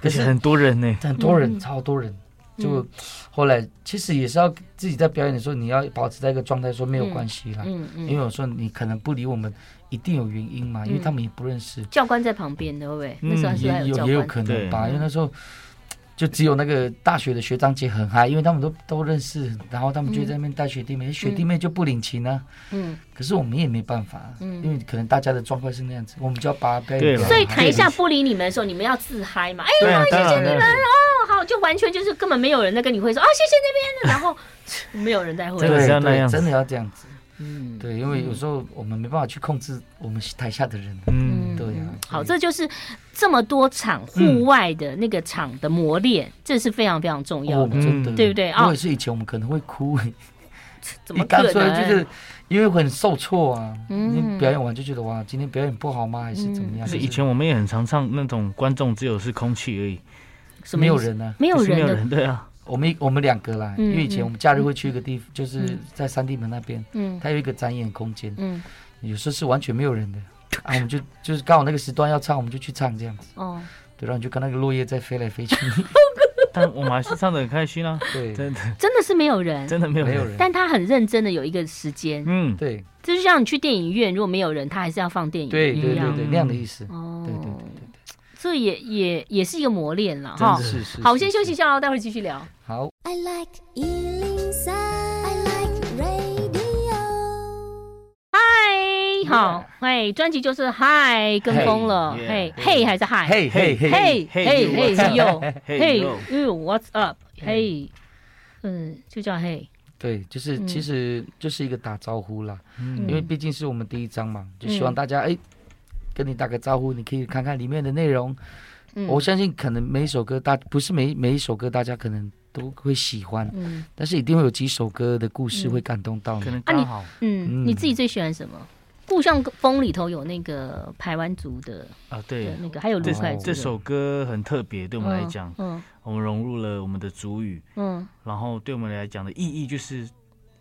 [SPEAKER 3] 可
[SPEAKER 4] 而且
[SPEAKER 3] 是
[SPEAKER 4] 很多人呢，
[SPEAKER 3] 很多人，
[SPEAKER 1] 嗯
[SPEAKER 3] 超多人。就后来其实也是要自己在表演的时候，你要保持在一个状态，说没有关系啦。
[SPEAKER 1] 嗯嗯，
[SPEAKER 3] 因为我说你可能不理我们，一定有原因嘛，因为他们也不认识，
[SPEAKER 1] 教官在旁边的，会不会？那时候还是还
[SPEAKER 3] 嗯也
[SPEAKER 1] 有教
[SPEAKER 3] 也有
[SPEAKER 1] 官。
[SPEAKER 3] 可能吧。
[SPEAKER 1] 对
[SPEAKER 3] 因为那时候就只有那个大学的学长姐很嗨，因为他们都都认识，然后他们就在那边带学弟妹，哎学弟妹就不领情啊。
[SPEAKER 1] 嗯，
[SPEAKER 3] 可是我们也没办法，啊
[SPEAKER 1] 嗯
[SPEAKER 3] 因为可能大家的状况是那样子，我们就要把它表
[SPEAKER 4] 对
[SPEAKER 3] 演
[SPEAKER 4] 了
[SPEAKER 3] 好。
[SPEAKER 1] 所以台下不理你们的时候，你们要自嗨嘛？哎，
[SPEAKER 4] 对啊，当然了，
[SPEAKER 1] 哦好，就完全就是根本没有人在跟你挥手啊，谢谢那边 的，然后没有人在挥
[SPEAKER 4] 真
[SPEAKER 1] 手。
[SPEAKER 4] 的
[SPEAKER 3] 对
[SPEAKER 4] 是要那
[SPEAKER 3] 对
[SPEAKER 4] 样子
[SPEAKER 3] 真的要这样子。
[SPEAKER 1] 嗯，
[SPEAKER 3] 对，啊因为有时候我们没办法去控制我们台下的人。
[SPEAKER 4] 嗯，
[SPEAKER 3] 对啊
[SPEAKER 1] 嗯好，
[SPEAKER 3] 所
[SPEAKER 1] 这就是这么多场户外的那个场的磨练，这是非常非常重要
[SPEAKER 3] 哦，
[SPEAKER 1] 的，
[SPEAKER 3] 真的，
[SPEAKER 4] 嗯
[SPEAKER 1] 对不对啊
[SPEAKER 3] 如果是以前，我们可能会哭，
[SPEAKER 1] 怎
[SPEAKER 3] 你
[SPEAKER 1] 么可
[SPEAKER 3] 干脆
[SPEAKER 1] 能？
[SPEAKER 3] 就是因为很受挫啊。
[SPEAKER 1] 嗯
[SPEAKER 3] 你表演完就觉得哇，今天表演不好吗？还是怎么样？
[SPEAKER 4] 就是
[SPEAKER 3] 可
[SPEAKER 4] 以前我们也很常唱那种观众只有是空气而已，
[SPEAKER 1] 什么
[SPEAKER 3] 没
[SPEAKER 1] 意思
[SPEAKER 3] 有，人呢。
[SPEAKER 1] 没有
[SPEAKER 4] 就是没
[SPEAKER 1] 人
[SPEAKER 4] 有
[SPEAKER 1] 的，
[SPEAKER 4] 人，对啊，
[SPEAKER 3] 我们一我们两个啦，
[SPEAKER 1] 嗯
[SPEAKER 3] 因为以前我们假日会去一个地方，就是
[SPEAKER 1] 嗯
[SPEAKER 3] 在三地门那边，
[SPEAKER 1] 嗯
[SPEAKER 3] 它有一个展演空间，
[SPEAKER 1] 嗯，
[SPEAKER 3] 有时候是完全没有人的。啊， 我们就就是刚好那个时段要唱，我们就去唱这样子。
[SPEAKER 1] 哦，
[SPEAKER 3] 对，然后你就看那个落叶在飞来飞 去。
[SPEAKER 4] 但我们还是唱的很开 心啊，
[SPEAKER 3] 对，
[SPEAKER 4] 真的
[SPEAKER 1] 真的是没有人，
[SPEAKER 4] 真的没有
[SPEAKER 3] 没有
[SPEAKER 4] 人，
[SPEAKER 3] 人。
[SPEAKER 1] 但他很认真的有一个时间，
[SPEAKER 4] 嗯，
[SPEAKER 3] 对
[SPEAKER 1] 这就像你去电影院，如果没有人，他还是要放电影
[SPEAKER 3] 对对
[SPEAKER 1] 一
[SPEAKER 3] 对
[SPEAKER 1] 样。
[SPEAKER 3] 对，
[SPEAKER 4] 嗯
[SPEAKER 3] 那样的意思。
[SPEAKER 1] 哦，
[SPEAKER 3] 对对对对对，
[SPEAKER 1] 这也也也是一个磨练了
[SPEAKER 3] 真
[SPEAKER 1] 哈
[SPEAKER 3] 的。是是。
[SPEAKER 1] 哦好，我
[SPEAKER 3] 是
[SPEAKER 1] 先休息一。
[SPEAKER 3] 是
[SPEAKER 1] 下哦，待会儿继续聊。
[SPEAKER 3] 好，
[SPEAKER 2] I like Ealing Sound. I like radio.
[SPEAKER 1] 嗨，好，嘿，专辑就是嗨，跟风了，嘿
[SPEAKER 4] Hey，
[SPEAKER 1] 嘿还是嗨，
[SPEAKER 3] 嘿嘿哦嘿嘿，
[SPEAKER 1] 哎嘿嘿嘿是哟，嘿
[SPEAKER 4] 哟
[SPEAKER 1] 哟，What's up？嘿，嗯，就叫嘿，
[SPEAKER 3] 对，就是
[SPEAKER 1] 嗯
[SPEAKER 3] 其实就是一个打招呼啦，
[SPEAKER 4] 嗯
[SPEAKER 3] 因为毕竟是我们第一张嘛，就
[SPEAKER 1] 嗯
[SPEAKER 3] 希望大家哎跟你打个招呼，你可以看看里面的内容。
[SPEAKER 1] 嗯
[SPEAKER 3] 我相信可能每一首歌大不是每每一首歌大家可能都会喜欢，
[SPEAKER 1] 嗯
[SPEAKER 3] 但是一定会有几首歌的故事
[SPEAKER 1] 嗯
[SPEAKER 3] 会感动到
[SPEAKER 4] 可
[SPEAKER 3] 你。
[SPEAKER 4] 能刚好，
[SPEAKER 1] 嗯，
[SPEAKER 3] 嗯
[SPEAKER 1] 你自己最喜欢什么？故乡风里头有那个排湾族的
[SPEAKER 4] 啊，
[SPEAKER 1] 的
[SPEAKER 4] 对，
[SPEAKER 1] 那个，还有卢
[SPEAKER 4] 这
[SPEAKER 1] 凯族的
[SPEAKER 4] 这首歌很特别，对我们来讲，
[SPEAKER 1] 嗯
[SPEAKER 4] 我们融入了我们的主语，
[SPEAKER 1] 嗯
[SPEAKER 4] 然后对我们来讲的意义就是，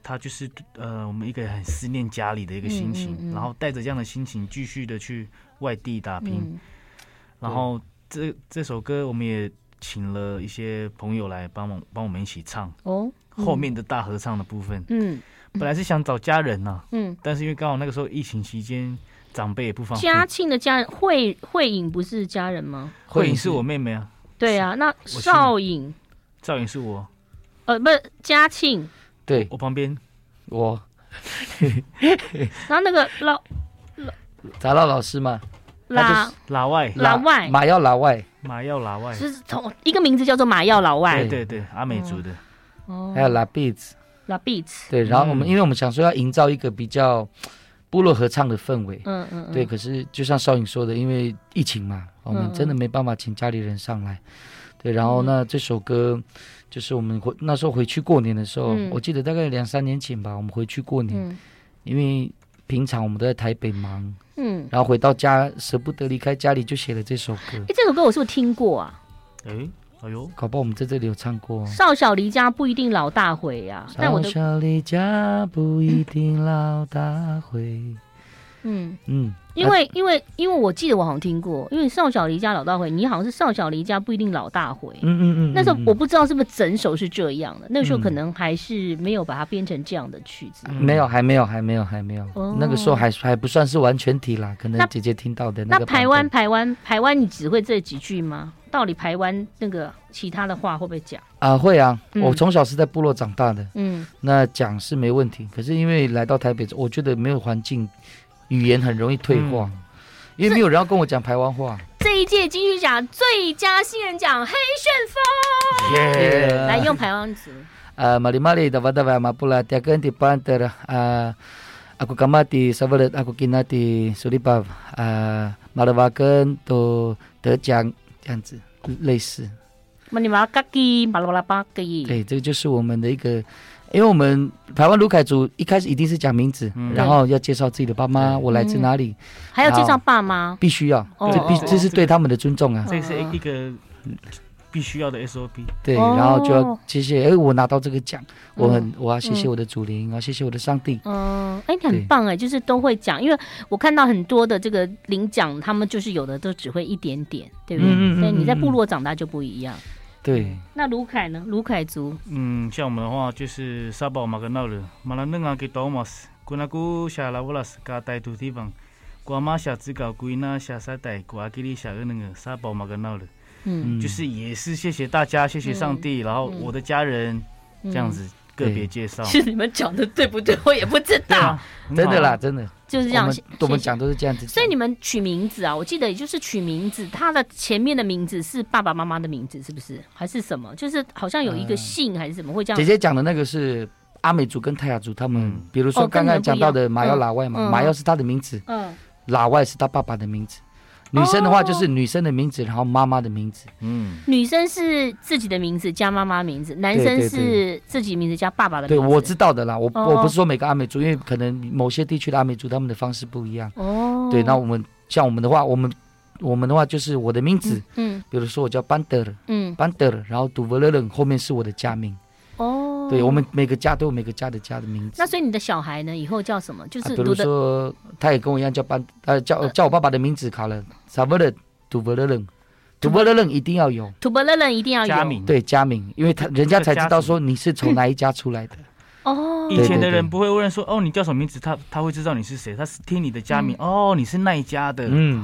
[SPEAKER 4] 它就是呃，我们一个很思念家里的一个心情，
[SPEAKER 1] 嗯嗯嗯
[SPEAKER 4] 然后带着这样的心情继续的去外地打拼。
[SPEAKER 1] 嗯
[SPEAKER 4] 然后这这首歌我们也请了一些朋友来帮忙帮我们一起唱。
[SPEAKER 1] 哦，嗯
[SPEAKER 4] 后面的大合唱的部分，
[SPEAKER 1] 嗯
[SPEAKER 4] 本来是想找家人呐、啊
[SPEAKER 1] 嗯，
[SPEAKER 4] 但是因为刚好那个时候疫情期间，长辈也不方
[SPEAKER 1] 嘉
[SPEAKER 4] 便。
[SPEAKER 1] 庆的家人慧慧颖不是家人吗？
[SPEAKER 4] 慧颖是
[SPEAKER 1] 嗯
[SPEAKER 4] 我妹妹啊，
[SPEAKER 1] 对啊，那
[SPEAKER 4] 去
[SPEAKER 1] 少颖
[SPEAKER 4] 赵颖是我，
[SPEAKER 1] 呃不是嘉庆，
[SPEAKER 3] 对
[SPEAKER 4] 我旁边
[SPEAKER 3] 我
[SPEAKER 1] 然后那个老
[SPEAKER 3] 杂老老师嘛，
[SPEAKER 1] 拉
[SPEAKER 4] 老外
[SPEAKER 1] 老外
[SPEAKER 3] 马要老外，
[SPEAKER 4] 马耀老
[SPEAKER 3] 哎
[SPEAKER 4] 外，
[SPEAKER 1] 就是同一个名字叫做马耀老外
[SPEAKER 4] 对对
[SPEAKER 3] 嗯
[SPEAKER 4] 对，阿美族的，
[SPEAKER 1] 哦
[SPEAKER 3] 还，有拉贝子，
[SPEAKER 1] 拉 beats，
[SPEAKER 3] 对，然后我们
[SPEAKER 4] 嗯
[SPEAKER 3] 因为我们想说要营造一个比较部落合唱的氛围，
[SPEAKER 1] 嗯嗯嗯
[SPEAKER 3] 对，可是就像少颖说的，因为疫情嘛，我
[SPEAKER 1] 嗯
[SPEAKER 3] 们
[SPEAKER 1] 嗯
[SPEAKER 3] 真的没办法请家里人上来。对，然后那这首歌就是我们回那时候回去过年的时候，
[SPEAKER 1] 嗯
[SPEAKER 3] 我记得大概两三年前吧，我们回去过年，
[SPEAKER 1] 嗯
[SPEAKER 3] 因为平常我们都在台北忙，
[SPEAKER 1] 嗯，
[SPEAKER 3] 然后回到家舍不得离开家里，就写了这首歌。
[SPEAKER 1] 哎，这首歌我是不是听过啊？
[SPEAKER 3] 嗯
[SPEAKER 4] 哎，哎呦，
[SPEAKER 3] 搞不好我们在这里有唱过、哦。
[SPEAKER 1] 少小离家不一定老大回呀，但我
[SPEAKER 3] 小
[SPEAKER 1] 的
[SPEAKER 3] 小离家不一定老大回，
[SPEAKER 1] 嗯。
[SPEAKER 3] 嗯，
[SPEAKER 1] 因为因为因为我记得我好像听过，因为少小离家老大回，你好像是少小离家不一定老大回，
[SPEAKER 3] 嗯嗯嗯，
[SPEAKER 1] 那时候
[SPEAKER 3] 嗯
[SPEAKER 1] 我不知道是不是整首是这样的，那个时候
[SPEAKER 3] 嗯
[SPEAKER 1] 可能还是没有把它编成这样的曲子。
[SPEAKER 4] 嗯
[SPEAKER 3] 没有，还没有，还没有，还没有。
[SPEAKER 1] 哦
[SPEAKER 3] 那个时候还还不算是完全体啦，可
[SPEAKER 1] 那
[SPEAKER 3] 能姐姐听到的
[SPEAKER 1] 那
[SPEAKER 3] 个版
[SPEAKER 1] 台
[SPEAKER 3] 本
[SPEAKER 1] 湾，台湾，台湾，你只会这几句吗？到底台湾那个其他的话会不会讲？
[SPEAKER 3] 啊，会啊，
[SPEAKER 1] 嗯
[SPEAKER 3] 我从小是在部落长大的，
[SPEAKER 1] 嗯
[SPEAKER 3] 那讲是没问题。可是因为来到台北，我觉得没有环境，语言很容易退化，
[SPEAKER 1] 嗯
[SPEAKER 3] 因为没有人要跟我讲台湾话。
[SPEAKER 1] 这一届金曲奖最佳新人奖黑旋风，
[SPEAKER 4] 嗯
[SPEAKER 3] 耶
[SPEAKER 1] 来用台湾词。
[SPEAKER 3] 啊，mari-mari dapat dapat mapula tiakan di panter ah aku kamati sabalet aku kinati sulipap ah marawakan to 得奖这样子类似。
[SPEAKER 1] 马尼马嘎吉，马拉巴拉巴吉。
[SPEAKER 3] 对，这个就是我们的一个，因为我们台湾卢凯族一开始一定是讲名字，
[SPEAKER 4] 嗯
[SPEAKER 3] 然后要介绍自己的爸妈，
[SPEAKER 4] 对
[SPEAKER 3] 我来自哪里，
[SPEAKER 1] 还要介绍爸妈。
[SPEAKER 3] 必须要，
[SPEAKER 1] 嗯哦
[SPEAKER 3] 这必
[SPEAKER 1] 哦哦
[SPEAKER 3] 这是对他们的尊重啊。
[SPEAKER 4] 这是一个必须要的 SOP。
[SPEAKER 3] 对，
[SPEAKER 1] 哦
[SPEAKER 3] 然后就要谢谢，哎，我拿到这个奖，我很我要谢谢
[SPEAKER 1] 嗯
[SPEAKER 3] 我的祖灵，我要谢谢我的上帝。
[SPEAKER 1] 嗯，哎、你
[SPEAKER 3] 对
[SPEAKER 1] 很棒哎，就是都会讲，因为我看到很多的这个领奖，他们就是有的都只会一点点，对不对？
[SPEAKER 3] 嗯嗯嗯
[SPEAKER 1] 所以你在
[SPEAKER 3] 嗯嗯
[SPEAKER 1] 部落长大就不一样。
[SPEAKER 3] 对，
[SPEAKER 1] 那卢凯呢？卢凯族，
[SPEAKER 4] 嗯，像我们的话就是沙堡马格纳尔，马拉嫩啊给多马斯，古纳古夏拉乌拉斯嘎带土地方，瓜马夏只搞古那夏沙带古阿吉里夏个那个沙堡马格纳尔，
[SPEAKER 1] 嗯，
[SPEAKER 3] 嗯
[SPEAKER 4] 就是也是谢谢大家，谢谢上帝，然后我的家人
[SPEAKER 1] 嗯
[SPEAKER 4] 这样、子个别介绍，
[SPEAKER 1] 是你们讲的对不对？我也不知
[SPEAKER 4] 对
[SPEAKER 1] 道，
[SPEAKER 4] 啊，很好
[SPEAKER 3] 真的啦，，真的，
[SPEAKER 1] 就是这
[SPEAKER 3] 我
[SPEAKER 1] 样。
[SPEAKER 3] 们
[SPEAKER 1] 谢
[SPEAKER 3] 我们
[SPEAKER 1] 谢谢
[SPEAKER 3] 讲都是这样子讲。
[SPEAKER 1] 所以你们取名字啊，我记得也就是取名字，他的前面的名字是爸爸妈妈的名字，是不是？还是什么？就是好像有一个
[SPEAKER 3] 嗯
[SPEAKER 1] 姓还是什么会这样？
[SPEAKER 3] 姐姐讲的那个是阿美族跟泰雅族，他们
[SPEAKER 4] 嗯
[SPEAKER 3] 比如
[SPEAKER 1] 哦
[SPEAKER 3] 说
[SPEAKER 1] 跟
[SPEAKER 3] 刚
[SPEAKER 1] 你们
[SPEAKER 3] 刚
[SPEAKER 1] 不一样
[SPEAKER 3] 讲到的马耀拉外
[SPEAKER 1] 嗯
[SPEAKER 3] 嘛，
[SPEAKER 1] 嗯
[SPEAKER 3] 马耀是他的名字，
[SPEAKER 1] 嗯，
[SPEAKER 3] 老外是他爸爸的名字，女生的
[SPEAKER 1] 哦
[SPEAKER 3] 话就是女生的名字，然后妈妈的名字。
[SPEAKER 4] 嗯，
[SPEAKER 1] 女生是自己的名字加妈妈名字，男生
[SPEAKER 3] 对对
[SPEAKER 1] 是自己名字加爸爸的名
[SPEAKER 3] 对，
[SPEAKER 1] 字。
[SPEAKER 3] 我知道的啦，我
[SPEAKER 1] 哦
[SPEAKER 3] 我不是说每个阿美族，因为可能某些地区的阿美族他们的方式不一样。
[SPEAKER 1] 哦，
[SPEAKER 3] 对，那我们像我们的话，我们我们的话就是我的名字，
[SPEAKER 1] 嗯
[SPEAKER 3] 比如说我叫班德尔，
[SPEAKER 1] 嗯
[SPEAKER 3] 班德尔，然后杜伯勒冷后面是我的家名。
[SPEAKER 1] 哦，
[SPEAKER 3] 对，我们每个家都有每个家的家的名字。
[SPEAKER 1] 那所以你的小孩呢，以后叫什么？就
[SPEAKER 3] 啊，
[SPEAKER 1] 是
[SPEAKER 3] 比如
[SPEAKER 1] 读的
[SPEAKER 3] 说，他也跟我一样叫班，呃，叫叫我爸爸的名字卡了，萨伯勒杜伯勒冷，杜伯勒冷一定要有，
[SPEAKER 4] 嗯
[SPEAKER 1] 土伯勒人一定要
[SPEAKER 4] 啊家
[SPEAKER 1] 有
[SPEAKER 4] 名，
[SPEAKER 3] 对家名，因为他人家才知道说你是从哪一家出来的。
[SPEAKER 1] 哦，
[SPEAKER 4] 以前
[SPEAKER 3] 对对对
[SPEAKER 4] 的人不会问说哦你叫什么名字，他他会知道你是谁，他是听你的家名，哦你是那一家的，
[SPEAKER 3] 嗯，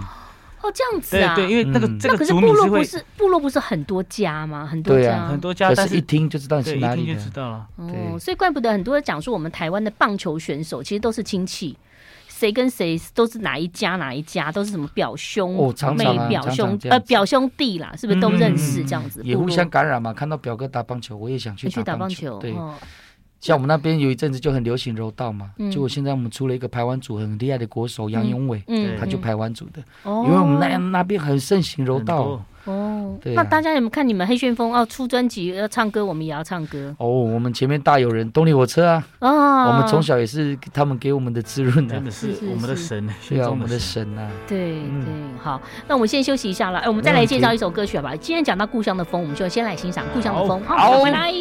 [SPEAKER 1] 哦这样子
[SPEAKER 4] 对
[SPEAKER 1] 嗯啊。
[SPEAKER 4] 对，因为那个
[SPEAKER 3] 嗯
[SPEAKER 4] 这
[SPEAKER 1] 那
[SPEAKER 4] 个
[SPEAKER 1] 可是
[SPEAKER 4] 族
[SPEAKER 1] 部
[SPEAKER 4] 名
[SPEAKER 1] 落
[SPEAKER 4] 是会
[SPEAKER 1] 不是部落不是很多家吗？很多
[SPEAKER 3] 对
[SPEAKER 1] 家
[SPEAKER 3] 啊
[SPEAKER 4] 很多家，
[SPEAKER 3] 可
[SPEAKER 4] 但
[SPEAKER 3] 是一
[SPEAKER 4] 是
[SPEAKER 3] 听就知道你
[SPEAKER 4] 对
[SPEAKER 3] 是
[SPEAKER 4] 一
[SPEAKER 3] 哪
[SPEAKER 4] 听
[SPEAKER 3] 里
[SPEAKER 4] 就
[SPEAKER 3] 的
[SPEAKER 4] 知。道了。
[SPEAKER 1] 哦，
[SPEAKER 3] 对
[SPEAKER 1] 所以怪不得很多人讲说我们台湾的棒球选手其实都是亲戚，谁跟谁都是哪一家哪一家，都是什么表兄、
[SPEAKER 3] 哦常
[SPEAKER 1] 妹
[SPEAKER 3] 常啊、
[SPEAKER 1] 表
[SPEAKER 3] 常
[SPEAKER 1] 兄
[SPEAKER 3] 常这样
[SPEAKER 1] 呃
[SPEAKER 3] 子
[SPEAKER 1] 表兄弟啦，是不是都认识
[SPEAKER 4] 嗯嗯嗯
[SPEAKER 1] 这样子？
[SPEAKER 3] 也
[SPEAKER 1] 部落
[SPEAKER 3] 互相感染嘛，看到表哥打棒球，我也想去
[SPEAKER 1] 去打
[SPEAKER 3] 棒
[SPEAKER 1] 棒球，
[SPEAKER 3] 对，
[SPEAKER 1] 哦
[SPEAKER 3] 像我们那边有一阵子就很流行柔道嘛，
[SPEAKER 1] 嗯
[SPEAKER 3] 结果现在我们出了一个排湾组很厉害的国手杨永伟，
[SPEAKER 1] 嗯，
[SPEAKER 3] 他就排湾组的，
[SPEAKER 1] 哦，
[SPEAKER 3] 因为我们那那边很盛行柔
[SPEAKER 4] 很
[SPEAKER 3] 道
[SPEAKER 4] 多。
[SPEAKER 1] 哦，
[SPEAKER 3] 对
[SPEAKER 1] 那
[SPEAKER 3] 啊
[SPEAKER 1] 大家有没有看你们黑旋风哦出专辑要唱歌，我们也要唱歌
[SPEAKER 3] 哦，我们前面大有人动力火车啊，
[SPEAKER 1] 啊。
[SPEAKER 3] 我们从小也是他们给我们的滋润的
[SPEAKER 4] 真，的
[SPEAKER 1] 是
[SPEAKER 4] 是
[SPEAKER 1] 是
[SPEAKER 4] 我们的
[SPEAKER 1] 是
[SPEAKER 4] 神，
[SPEAKER 3] 嗯对
[SPEAKER 4] 心
[SPEAKER 3] 啊，我
[SPEAKER 4] 中
[SPEAKER 3] 们
[SPEAKER 4] 的
[SPEAKER 3] 的
[SPEAKER 4] 神。
[SPEAKER 3] 神啊，
[SPEAKER 1] 对
[SPEAKER 3] 嗯
[SPEAKER 1] 对，好，那我们先休息一下了。哎，我们再来介绍一首歌曲好吧？今天讲到故乡的风，我们就先来欣赏故乡的风。好，我们回来。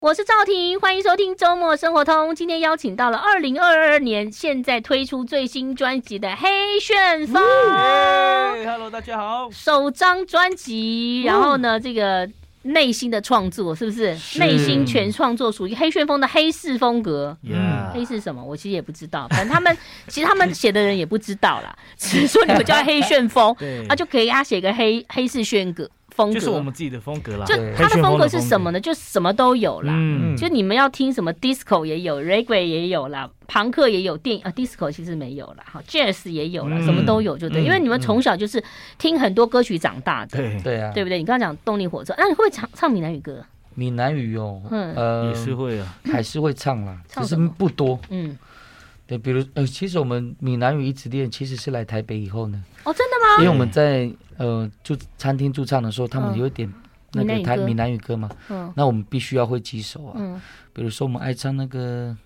[SPEAKER 1] 我是赵婷，欢迎收听周末生活通。今天邀请到了二零二二年现在推出最新专辑的黑旋风。
[SPEAKER 4] h e l l o 大家好。
[SPEAKER 1] 首张专辑，然后呢，这个内心的创作是不是？
[SPEAKER 3] 是
[SPEAKER 1] 内心全创作属于黑旋风的黑市风格。
[SPEAKER 3] 嗯
[SPEAKER 4] 呀
[SPEAKER 1] 黑是什么？我其实也不知道，反正他们其实他们写的人也不知道啦，只是说你们叫黑旋风，
[SPEAKER 4] 对，
[SPEAKER 1] 啊他就可以给他写个黑黑市炫格风格。
[SPEAKER 4] 就是我们自己的风格啦。
[SPEAKER 1] 就
[SPEAKER 3] 对
[SPEAKER 1] 他的风格
[SPEAKER 4] 黑旋风的
[SPEAKER 1] 是什么呢？就什么都有啦。
[SPEAKER 4] 嗯，
[SPEAKER 1] 就你们要听什么 disco 也有，reggae 也有啦，朋克也有，电影啊 disco 其实没有啦，哈 jazz 也有啦，
[SPEAKER 4] 嗯
[SPEAKER 1] 什么都有，就对，
[SPEAKER 4] 嗯
[SPEAKER 1] 因为你们从小就是听很多歌曲长大的，
[SPEAKER 4] 对，
[SPEAKER 3] 对啊，
[SPEAKER 1] 对不对？你刚刚讲动力火车，那你会不会唱唱闽南语歌？
[SPEAKER 3] 闽南语哦，
[SPEAKER 1] 嗯
[SPEAKER 3] 呃，
[SPEAKER 4] 也是会啊。
[SPEAKER 3] 还是会唱啦，
[SPEAKER 1] 唱
[SPEAKER 3] 只是
[SPEAKER 1] 什么
[SPEAKER 3] 不多。
[SPEAKER 1] 嗯，
[SPEAKER 3] 对，比如呃，其实我们闽南语一直练，其实是来台北以后呢，
[SPEAKER 1] 哦，真的
[SPEAKER 3] 因
[SPEAKER 1] 吗？
[SPEAKER 3] 为我们在呃驻餐厅驻唱的时候，他们
[SPEAKER 1] 嗯
[SPEAKER 3] 有一点那
[SPEAKER 1] 闽南
[SPEAKER 3] 个
[SPEAKER 1] 语
[SPEAKER 3] 台
[SPEAKER 1] 歌
[SPEAKER 3] 闽南语歌嘛，
[SPEAKER 1] 嗯
[SPEAKER 3] 那我们必须要会几首啊，
[SPEAKER 1] 嗯，
[SPEAKER 3] 比如说我们爱唱那个